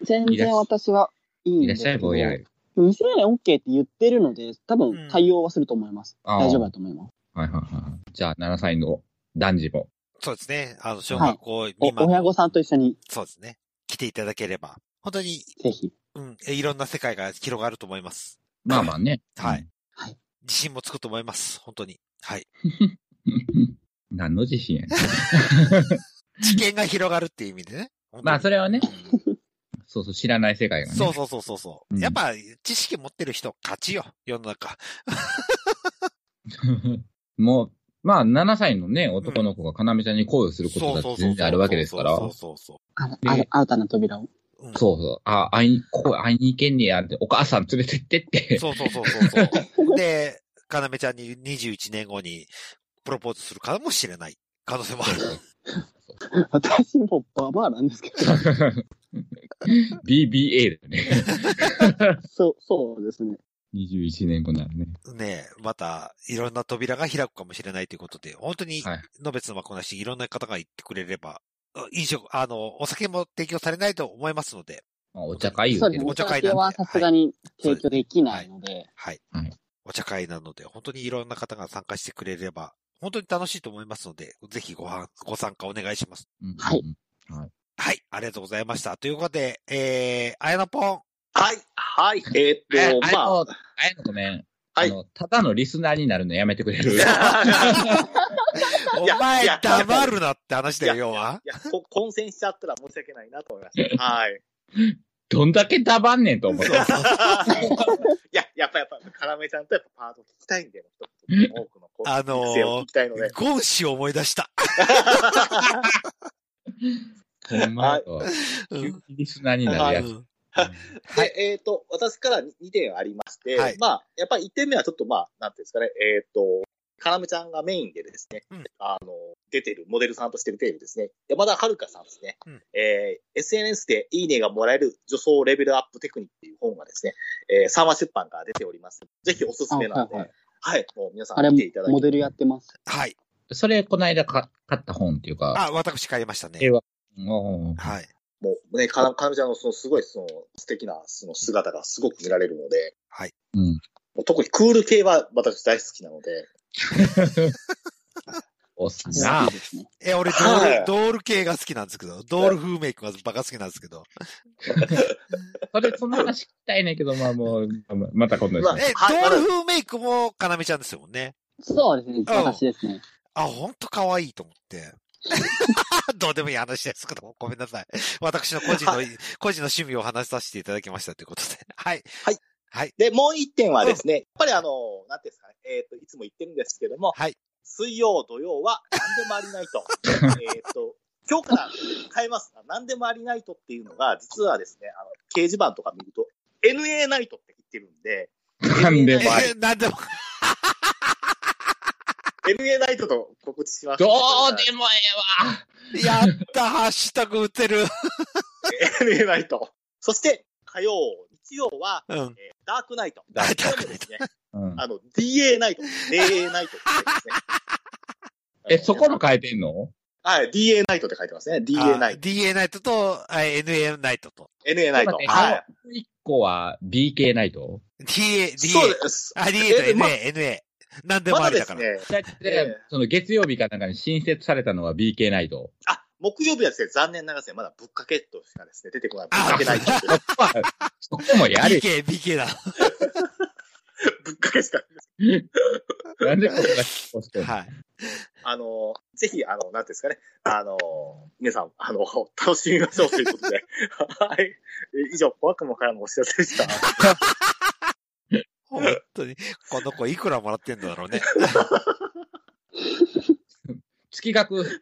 Speaker 4: 全
Speaker 2: いらっ
Speaker 4: 然
Speaker 2: しゃ
Speaker 4: 私はいい
Speaker 2: い
Speaker 4: ん
Speaker 2: ら
Speaker 4: で
Speaker 2: っ
Speaker 4: す
Speaker 2: しゃ
Speaker 4: け
Speaker 2: い、
Speaker 4: ど。
Speaker 2: 坊や。言う
Speaker 4: 未成年 OK って言ってるので、多
Speaker 1: うん
Speaker 4: 分対応はすると思います。
Speaker 2: あー
Speaker 4: 大丈夫だと思います。
Speaker 2: はいはいはいはい。じゃあ、7歳の男児も。
Speaker 1: そうですね。あの、小学校
Speaker 4: お
Speaker 1: 未満、
Speaker 4: 親御さんと一緒に、
Speaker 1: そうですね。来ていただければ、本当に、
Speaker 4: ぜひ。
Speaker 1: うん、えいろんな世界が広がると思います。
Speaker 2: まあまあね。
Speaker 1: はい。
Speaker 4: はい
Speaker 1: 自信もつくと思います。本当に。 はい。
Speaker 2: うん。 何の自信やねん。
Speaker 1: 知見が広がるっていう意味でね。
Speaker 2: まあ、そ
Speaker 1: れ
Speaker 2: れはね、そうそう、知らない世界がね。
Speaker 1: そうそうそうそうそう、
Speaker 2: うん
Speaker 1: やっぱ、知識持ってる人、勝ちよ。世の中。
Speaker 2: もう、まあ、7歳のね、男の子が要ちゃんに恋をすることだって全然あるわけですから。
Speaker 1: そ
Speaker 2: そうう
Speaker 1: そうそう
Speaker 4: ある
Speaker 2: で
Speaker 4: ある新たな扉を。
Speaker 1: そう。うん
Speaker 2: そう。あ、会いに、こう、会いに行けんねやって、お母さん連れてって って。
Speaker 1: そうそうそうそうそう。で、かなめちゃんに21年後にプロポーズするかもしれない。可能性もある。
Speaker 4: 私もババアなんですけど。
Speaker 2: BBA だね。
Speaker 4: そう、そうですね。
Speaker 2: 21年後ならね。
Speaker 1: ねえ、また、いろんな扉が開くかもしれないということで、本当に、
Speaker 2: はい
Speaker 1: のべつのまこなし、いろんな方が言ってくれれば、あ飲食、あの、お酒も提供されないと思いますので、
Speaker 2: まあ、お茶会
Speaker 4: そ
Speaker 2: 言うけど
Speaker 4: うですね。
Speaker 1: お
Speaker 4: お
Speaker 1: 茶会なんで
Speaker 4: 酒はさすがに提供できないので、
Speaker 1: はい。
Speaker 2: はい
Speaker 1: お茶会なので、本当にいろんな方が参加してくれれば、本当に楽しいと思いますので、ぜひごはんご参加お願いします。
Speaker 2: うん
Speaker 4: はい
Speaker 1: はい、ありがとうございました。ということで、えー、あやなぽん。
Speaker 3: はい、はい、え
Speaker 2: え、あ
Speaker 3: ーっと、
Speaker 2: や
Speaker 3: ま
Speaker 2: の、あやのごめん。
Speaker 3: は
Speaker 2: あ
Speaker 3: い
Speaker 2: の、ただのリスナーになるのやめてくれる
Speaker 3: あ。いや
Speaker 1: お前
Speaker 3: いや
Speaker 1: 黙るなって話だよ、
Speaker 3: いや
Speaker 1: 要は。
Speaker 3: いや、こ混戦しちゃったら申し訳ないなと思いました。はい。
Speaker 2: どんだけだばんねんと思っ
Speaker 3: そう
Speaker 2: て。
Speaker 3: そうそういや、やっぱやっぱ、カラメちゃんとやっぱパート聞きたいんだよ。多くのこう、
Speaker 1: あのー
Speaker 3: 育成を聞きたいので。
Speaker 1: ゴンシを思い出した。
Speaker 2: ほんまやわ
Speaker 1: うん
Speaker 2: 急にリスナーになるやつ。
Speaker 3: で、えっ、と、私から2点ありまして、
Speaker 1: はい
Speaker 3: まあ、やっぱり1点目はちょっとまあ、なんていうんですかね、えっ、と、カラメちゃんがメインでですね、
Speaker 1: うん
Speaker 3: あの、出てる、モデルさんとして出ているですね、山田遥さんですね、
Speaker 1: うん
Speaker 3: えー SNS でいいねがもらえる女装レベルアップテクニックっていう本がですね、えー、三和出版から出ております。ぜひおすすめなので、
Speaker 4: あ
Speaker 3: は
Speaker 4: はいい、
Speaker 3: もう皆さ
Speaker 4: あれ
Speaker 3: ん見ていただい
Speaker 4: モ
Speaker 3: て。
Speaker 4: デルやってます。
Speaker 1: はい。
Speaker 2: それ、この間か買った本っていうか、
Speaker 1: あ、私買いました
Speaker 2: え
Speaker 1: ね
Speaker 2: え。もう
Speaker 1: はい。
Speaker 3: もうね、かなかなめちゃんのそのすごいその素敵なその姿がすごく見られるので、
Speaker 2: うん
Speaker 3: もう特にクール系は私大好きなので、
Speaker 2: おっさん
Speaker 4: あ
Speaker 2: な。
Speaker 4: ですね。
Speaker 1: え、俺ドー
Speaker 3: はい
Speaker 1: ル、ドール系が好きなんですけど、ドール風メイクがバカ好きなんですけど。
Speaker 2: それ、その話聞きたいねんけど、まあ もう、ままた今度です
Speaker 3: ま
Speaker 2: ね。
Speaker 1: え、
Speaker 3: はい
Speaker 1: ドール風メイクもかなめちゃんですもんね。
Speaker 4: そうですね。私ですね。
Speaker 1: あ、ほんと可愛いと思って。 どうでもいい話ですけど、ごめんなさい。私の個人の、個人の趣味を話させていただきましたということで。はい。
Speaker 3: で、もう一点はですね、やっぱりあの、なんていうんですかね、えっ、と、いつも言ってるんですけども、
Speaker 1: はい
Speaker 3: 水曜、土曜は何でもありない と。えっと、今日から変えますが、何でもありないとっていうのが、実はですね、あの、掲示板とか見ると、NA ナイトって言ってるんで、
Speaker 2: なんでもあり
Speaker 1: え、なんでも、
Speaker 3: NA ナイトと告知します。
Speaker 2: どうでもええわ
Speaker 1: やった、ハッシュタグ打てる。
Speaker 3: NA ナイト。そして、火曜、日曜は、
Speaker 1: うん。
Speaker 3: えーダークナイト。
Speaker 2: ダー
Speaker 1: クナイト
Speaker 3: これもですね、
Speaker 2: うん。
Speaker 3: あの、DA ナイト、DA ナイトって言ってますね
Speaker 2: え、そこも変えてんの
Speaker 3: はい、DA ナイトって書いてますね。DA ナイト。
Speaker 1: DA ナイトと、あ NA ナイトと。
Speaker 3: NA ナイト
Speaker 2: ちょっと待っ。て
Speaker 3: はい。
Speaker 2: 一個は BK ナイト
Speaker 1: DA、
Speaker 3: そう
Speaker 1: DA。
Speaker 3: です。
Speaker 1: あ、DA と
Speaker 3: えま
Speaker 1: NA、NA。なんでも
Speaker 3: ま
Speaker 1: あ
Speaker 3: だ
Speaker 1: り
Speaker 3: で
Speaker 1: だ
Speaker 3: す
Speaker 1: から。
Speaker 3: ね、
Speaker 2: だっ
Speaker 3: え
Speaker 2: て、その月曜日かなんかに新設されたのは BK ナイ ト。
Speaker 3: あ、木曜日はですね、残念ながらですね、まだぶっかけとしかですね、出てこない。ぶっかけない。
Speaker 2: そこは、そこもやれ。
Speaker 1: BK、BK だ。
Speaker 3: ぶっかけしか。
Speaker 2: なんでこれが引っ越してんの
Speaker 1: はい。
Speaker 3: あの、ぜひ、あの、なんていうんですかね、あの、皆さん、あの、楽しみましょうということで。 はい。以上、小悪魔からのお知らせでした。
Speaker 1: 本当に。この子いくらもらってんだ ろうね。
Speaker 2: 月額、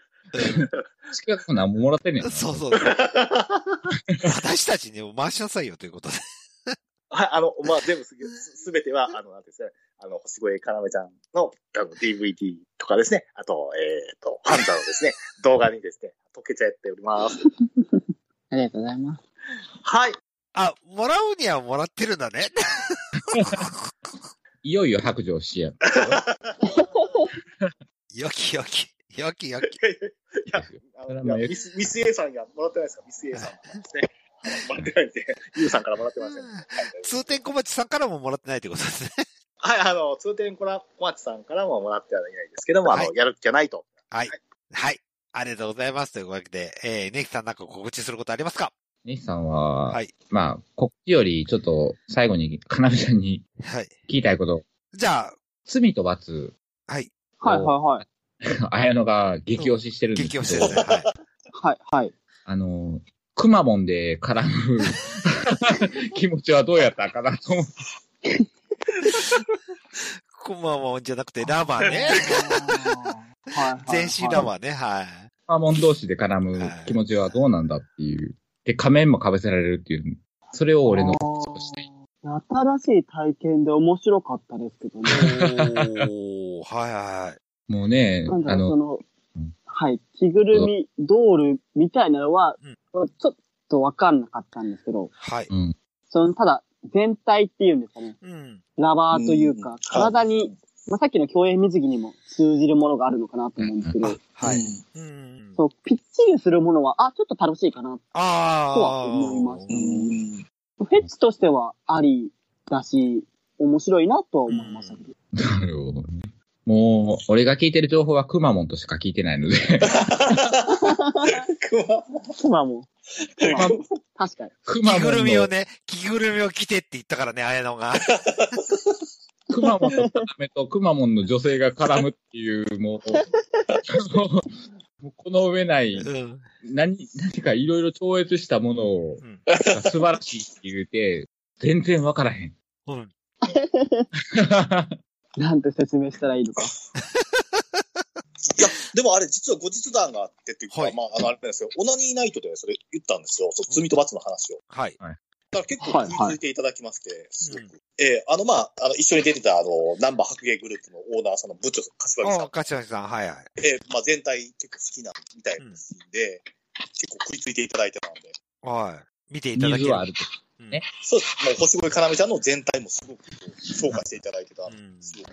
Speaker 2: 月額なんももらってんねんな。
Speaker 1: そうそう。私たちにも回しなさいよということで。
Speaker 3: はい、あの、まあ、全部す、すすべては、あの、なんていうんですかね、あの、星越かなめちゃんの、あの、DVD とかですね、あと、えっ、と、ハンターのですね、動画にですね、溶けちゃっております。
Speaker 4: ありがとうございます。
Speaker 3: はい。
Speaker 1: あ、もらうにはもらってるんだね。
Speaker 2: いよいよ白状しやん。
Speaker 1: よきよき。よきよき。
Speaker 3: いや、あ
Speaker 2: それは
Speaker 3: のい
Speaker 2: まあ
Speaker 3: やミスミス A さんがもらってないですかミス A さんからですね。もらってないんで、 ユウさんからもらってません、ね。
Speaker 1: 通天小町さんからももらってないということですね。
Speaker 3: はい、あの、通天コラ小町さんからももらってはいないですけども、あの、
Speaker 1: は
Speaker 3: やる気がないと。
Speaker 1: はい。ありがとうございます。というわけで、えー、ネキさんなんか告知することありますか
Speaker 2: 西さんは、
Speaker 1: はい
Speaker 2: まあ、こっちよりちょっと最後に、かなみちゃんに
Speaker 1: はい。
Speaker 2: 聞きたいこと、
Speaker 1: じゃあ、
Speaker 2: 罪と罰、
Speaker 4: はいはいはい。
Speaker 2: 綾野が激推ししてるんですけ
Speaker 1: 激
Speaker 2: ど、
Speaker 1: 推しです ね。はい。
Speaker 4: はい はい。
Speaker 2: あの、くまモンで絡 む気持ちはどうやったかなと思って
Speaker 1: くまモンじゃなくてラバーね。
Speaker 4: はいはい
Speaker 1: 全身ラバーね。はい。
Speaker 2: くまモン同士で絡む気持ちはどうなんだっていう。で、仮面も被せられるっていう。それを俺の告知として。
Speaker 4: 新しい体験で面白かったですけどね。
Speaker 1: おー、はいはい。
Speaker 2: もうね
Speaker 4: なん、だ
Speaker 2: あ
Speaker 4: ろう、そ
Speaker 2: の、
Speaker 4: の
Speaker 2: うん、
Speaker 4: はい、着ぐるみ、ドールみたいなのは、ちょっとわかんなかったんですけど、
Speaker 1: はい。
Speaker 2: うん。
Speaker 4: その、ただ、全体っていうんですかね。
Speaker 1: うん。
Speaker 4: ラバーというか、
Speaker 3: うん
Speaker 4: 体に、まあ、さっきの競泳水着にも通じるものがあるのかなと思うんですけど、
Speaker 1: は
Speaker 3: う
Speaker 1: い。
Speaker 3: ん
Speaker 1: うん。
Speaker 4: そう、ぴっちりするものは、あ、ちょっと楽しいかな。
Speaker 1: あ
Speaker 4: と
Speaker 1: あ。
Speaker 4: は思いました
Speaker 3: うん
Speaker 4: フェチとしてはありだし、面白いなとは思いましたけど。
Speaker 2: なるほどねもう、俺が聞いてる情報はくまモンとしか聞いてないので、
Speaker 4: 熊も、熊も、確かに。
Speaker 2: くま
Speaker 1: 着
Speaker 2: モ
Speaker 1: ぐる
Speaker 2: ン
Speaker 1: みを
Speaker 2: の、
Speaker 1: ね、着ぐるみを着てって言ったからね、綾野が。
Speaker 2: くまモンのためとくまモンの女性が絡むっていう、もう、もうこの上ない、
Speaker 1: うん。
Speaker 2: 何、何かいろいろ超越したものを
Speaker 1: うん、
Speaker 2: が素晴らしいって言うて、全然わからへん。
Speaker 1: うん。
Speaker 4: なんて説明したらいいのか。
Speaker 3: いや、でもあれ、実は後日談があってっていうか、
Speaker 1: はい
Speaker 3: まあ、あの、あれなんですけど、オナニーナイトでそれ言ったんですよ。そう罪と罰の話を。
Speaker 1: はい。
Speaker 3: だから結構気についていただきまして、すごく。
Speaker 1: うん
Speaker 3: えーあの、まあ、あの、一緒に出てた、あの、ナンバー白芸グループのオーナーさんの部長、柏木さん
Speaker 1: お、柏木さん、はいはい。
Speaker 3: えーまあ、全体結構好きなみたいですんで、結構食いついていただいてたんで。
Speaker 1: はい。見ていただけ
Speaker 2: 水
Speaker 1: る
Speaker 2: はあると。ね
Speaker 3: そうです。もう星越かなめちゃんの全体もすごく評価していただいてた
Speaker 1: うん
Speaker 3: で、
Speaker 1: ん
Speaker 3: すごく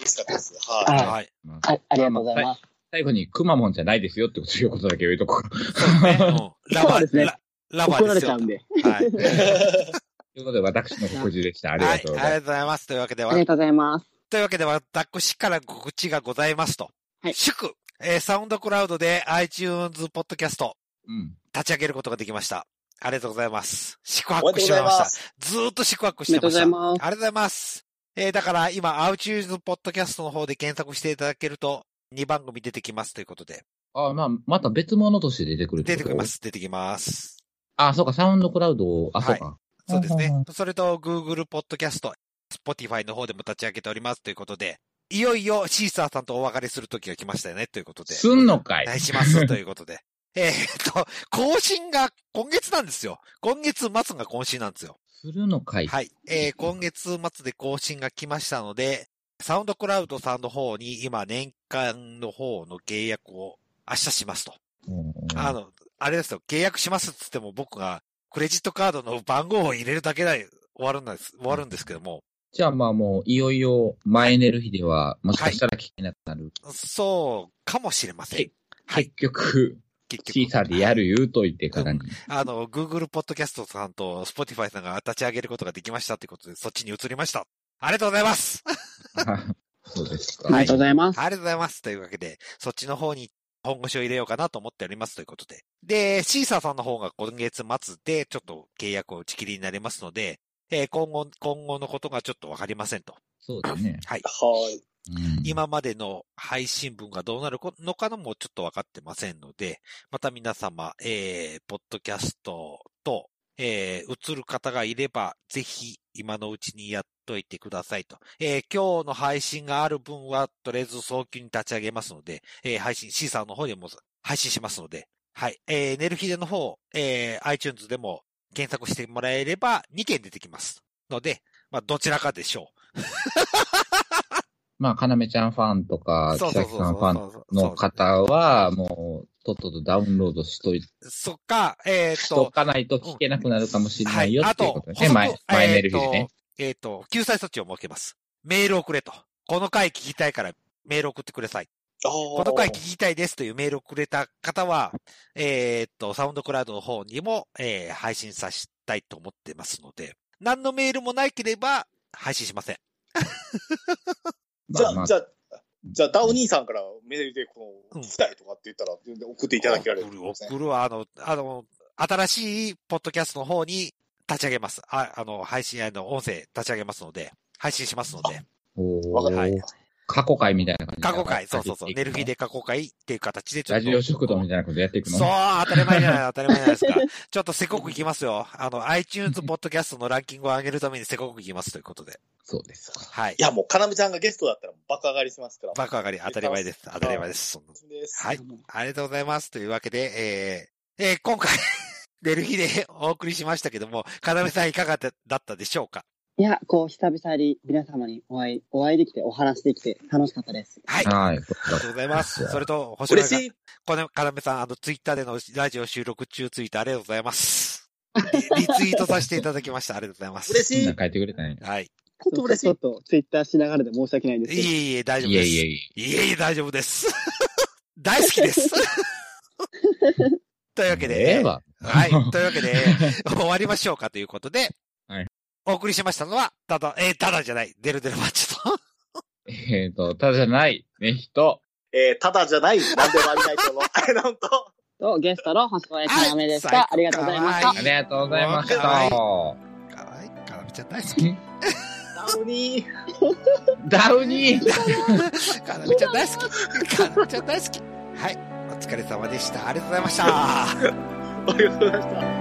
Speaker 3: 嬉しかったです。はい。
Speaker 4: はい
Speaker 1: はい。
Speaker 4: はい、ありがとうございます。
Speaker 2: 最後に、くまモンじゃないですよってこということだけ言うところ。
Speaker 1: そうね うんラ
Speaker 4: そ
Speaker 1: バ
Speaker 4: うですね
Speaker 1: ー、ララバ
Speaker 4: 怒
Speaker 1: ー
Speaker 4: ら
Speaker 1: です
Speaker 4: れち
Speaker 1: よ。
Speaker 4: ゃうんで。
Speaker 1: はい。
Speaker 2: ということで、私の告示でした。あり
Speaker 1: は
Speaker 2: が
Speaker 1: い
Speaker 2: とうござ
Speaker 1: あ
Speaker 2: いま
Speaker 1: り
Speaker 2: す。
Speaker 1: がとうございます。というわけで
Speaker 4: あ
Speaker 1: は
Speaker 4: り、がとうございます。
Speaker 1: というわけでは、私から告知がございますと。
Speaker 4: はい
Speaker 1: 祝、えーサウンドクラウドで iTunes ポッドキャスト
Speaker 2: うん。
Speaker 1: 立ち上げることができました。ありがとうございます。宿
Speaker 3: お
Speaker 1: 泊
Speaker 3: めでと
Speaker 1: し
Speaker 3: うござ
Speaker 1: まいま
Speaker 3: い
Speaker 1: し
Speaker 3: ま
Speaker 1: た。
Speaker 3: す。
Speaker 1: ずーっと宿泊してました。
Speaker 4: ありがとうござい
Speaker 1: あ
Speaker 4: ます
Speaker 1: りがとうございます。えーだから今、アウチューズポッドキャストの方で検索していただけると、2番組出てきますということで。
Speaker 2: あまあ、また別物として出てくるって
Speaker 1: 出
Speaker 2: こ
Speaker 1: て
Speaker 2: と
Speaker 1: きま。す、出てきます。
Speaker 2: あ、そうか、サウンドクラウド、あ、そうか。
Speaker 1: そうです
Speaker 2: うんうん
Speaker 1: ね。それと、Google ポッドキャスト、Spotify の方でも立ち上げておりますということで、いよいよシーサーさんとお別れする時が来ましたよね、ということで。
Speaker 2: すんのかい。
Speaker 1: いします、ということで。えーっと、更新が今月なんですよ。今月末が更新なんですよ。
Speaker 2: するのかい。
Speaker 1: はい。えー今月末で更新が来ましたので、サウンドクラウドさんの方に今年間の方の契約を明日しますと。
Speaker 2: うんうん
Speaker 1: あの、あれですよ、契約しますっつっても僕がクレジットカードの番号を入れるだけで終わるんです、終わるんですけども、
Speaker 2: じゃあまあもう、いよいよ、前寝る日では、もしかしたら聞けなくなる。
Speaker 1: そうかもしれません。はい
Speaker 2: 結、局、
Speaker 1: 結局。
Speaker 2: シーサーでやる言うといてからに。
Speaker 1: あの、Google ポッドキャストさんと Spotify さんが立ち上げることができましたってことで、そっちに移りました。ありがとうございます
Speaker 2: そうです
Speaker 4: あり
Speaker 2: か。
Speaker 4: がとうござい ます。
Speaker 1: ありがとうございますというわけで、そっちの方に本腰を入れようかなと思っておりますということで。で、シーサーさんの方が今月末でちょっと契約を打ち切りになりますので、えー今後、今後のことがちょっとわかりませんと。
Speaker 2: そうだね。
Speaker 1: はい。
Speaker 3: はい。
Speaker 2: うん、
Speaker 1: 今までの配信分がどうなるのかのもちょっと分かってませんので、また皆様、えー、ポッドキャストと、えー、映る方がいれば、ぜひ今のうちにやっといてくださいと。えー、今日の配信がある分は、とりあえず早急に立ち上げますので、えー、配信、シーサーの方でも配信しますので、はい。えー、ネルヒデの方、えー、iTunes でも検索してもらえれば2件出てきます。ので、まあ、どちらかでしょ
Speaker 2: まあ、かなめちゃんファンと
Speaker 1: う。
Speaker 2: か、
Speaker 1: そう
Speaker 2: 千
Speaker 1: そうそうそ
Speaker 2: 崎
Speaker 1: う
Speaker 2: さんファン
Speaker 1: そうそう
Speaker 2: の方は、もう、とっととダウンロードしといて、
Speaker 1: そっか、えーっ
Speaker 2: しと
Speaker 1: と、
Speaker 2: かないと聞けなくなるかもしれ
Speaker 1: は
Speaker 2: ない
Speaker 1: い、
Speaker 2: よ
Speaker 1: あ
Speaker 2: っていう
Speaker 1: と
Speaker 2: こと、で
Speaker 1: 補
Speaker 2: すね。
Speaker 1: 足
Speaker 2: 前、前寝る日
Speaker 1: えーっ
Speaker 2: で
Speaker 1: と
Speaker 2: ね。
Speaker 1: えーっと、救済措置を設けます。メールをくれと。この回聞きたいからメール送ってください。
Speaker 3: あー
Speaker 1: この回聞きたいですというメールをくれた方は、えーっと、サウンドクラウドの方にも、えー配信させたいと思ってますので、何のメールもないければ配信しません。
Speaker 3: じゃ
Speaker 2: まあま
Speaker 3: あ、
Speaker 2: あ
Speaker 3: じゃあ、じゃあ、ダウ兄さんからメールで、この、聞きたいとかって言ったら、全然送っていただけられる
Speaker 1: 送
Speaker 3: ん
Speaker 1: る、
Speaker 3: ですね
Speaker 1: 送るは、あの、あの、新しいポッドキャストの方に立ち上げます。ああの、配信、あの、音声立ち上げますので、配信しますので。
Speaker 2: お
Speaker 3: わか
Speaker 2: ー
Speaker 3: りま
Speaker 1: はい
Speaker 3: した。
Speaker 2: 過去回みたいな感じで
Speaker 1: 過去回、そうそうそう。ネルフィ。
Speaker 2: やっていく
Speaker 1: で過
Speaker 2: の
Speaker 1: 去回っていう形でちょっ
Speaker 2: ラ
Speaker 1: と。
Speaker 2: ジオ食堂みたいなことやっていくの
Speaker 1: そう、当たり前じゃない、当たり前じゃないです か。ちょっとせこくいきますよ。あの、iTunes ポッドキャストのランキングを上げるためにせこくいきますということで。
Speaker 2: そうですか。
Speaker 1: はい
Speaker 3: い。や、もう、かなめちゃんがゲストだったら、バカ上がりしますから。
Speaker 1: バカ上がり、当たり前です。当たり前です。そんな
Speaker 3: です。
Speaker 1: はい。ありがとうございます。というわけで、えー、えー今回、 ネルヒでお送りしましたけども、かなめさんいかがだだったでしょうか
Speaker 4: いや、こう、久々に皆様にお会い、お会いできて、お話できて、楽しかったです。
Speaker 1: はい。あ
Speaker 2: はい。
Speaker 1: りがとうございます。それと、星野
Speaker 3: 嬉
Speaker 1: さん
Speaker 3: し、い。
Speaker 1: この、かなめさん、あの、ツイッターでのラジオ収録中ツイートありがとうございます。リ リツイートさせていただきました。ありがとうございます。
Speaker 3: 嬉
Speaker 2: みん
Speaker 3: し。
Speaker 2: ない書いてくれたね。
Speaker 1: はい。
Speaker 3: 本当嬉し
Speaker 4: ちょ
Speaker 3: い
Speaker 4: っ。と、ツイッターしながらで申し訳ないんです
Speaker 1: い
Speaker 4: けど。
Speaker 1: えいえ、大丈夫
Speaker 2: い
Speaker 1: で
Speaker 2: え
Speaker 1: す。
Speaker 2: い
Speaker 1: い
Speaker 2: えいえ。
Speaker 1: えいえ、大丈夫です。 大好きです。 というわけで、
Speaker 2: ええわ。
Speaker 1: はい。というわけで、終わりましょうかということで、
Speaker 2: はい
Speaker 1: お送りしましたのは、ただ、えー、ただじゃない、デルデルマッチと、
Speaker 2: えっと、ただじゃない、ね、人。
Speaker 3: えー、ただじゃない、なんでもありないと の、あれなんと。
Speaker 4: と、ゲストの星越
Speaker 1: はい
Speaker 4: かなめでし
Speaker 1: 最
Speaker 4: た
Speaker 1: 高。
Speaker 4: ありがとうございました
Speaker 2: あ。りがとうございまし
Speaker 1: かわい
Speaker 2: た。
Speaker 1: かわいい、かなめちゃん大好
Speaker 3: ダウニー。
Speaker 2: ダウニー
Speaker 1: き。かなめちゃん大好き。かなめちゃん大好き。はい。お
Speaker 6: お疲れ様でした。ありがとうございました。
Speaker 1: ありがとうございました。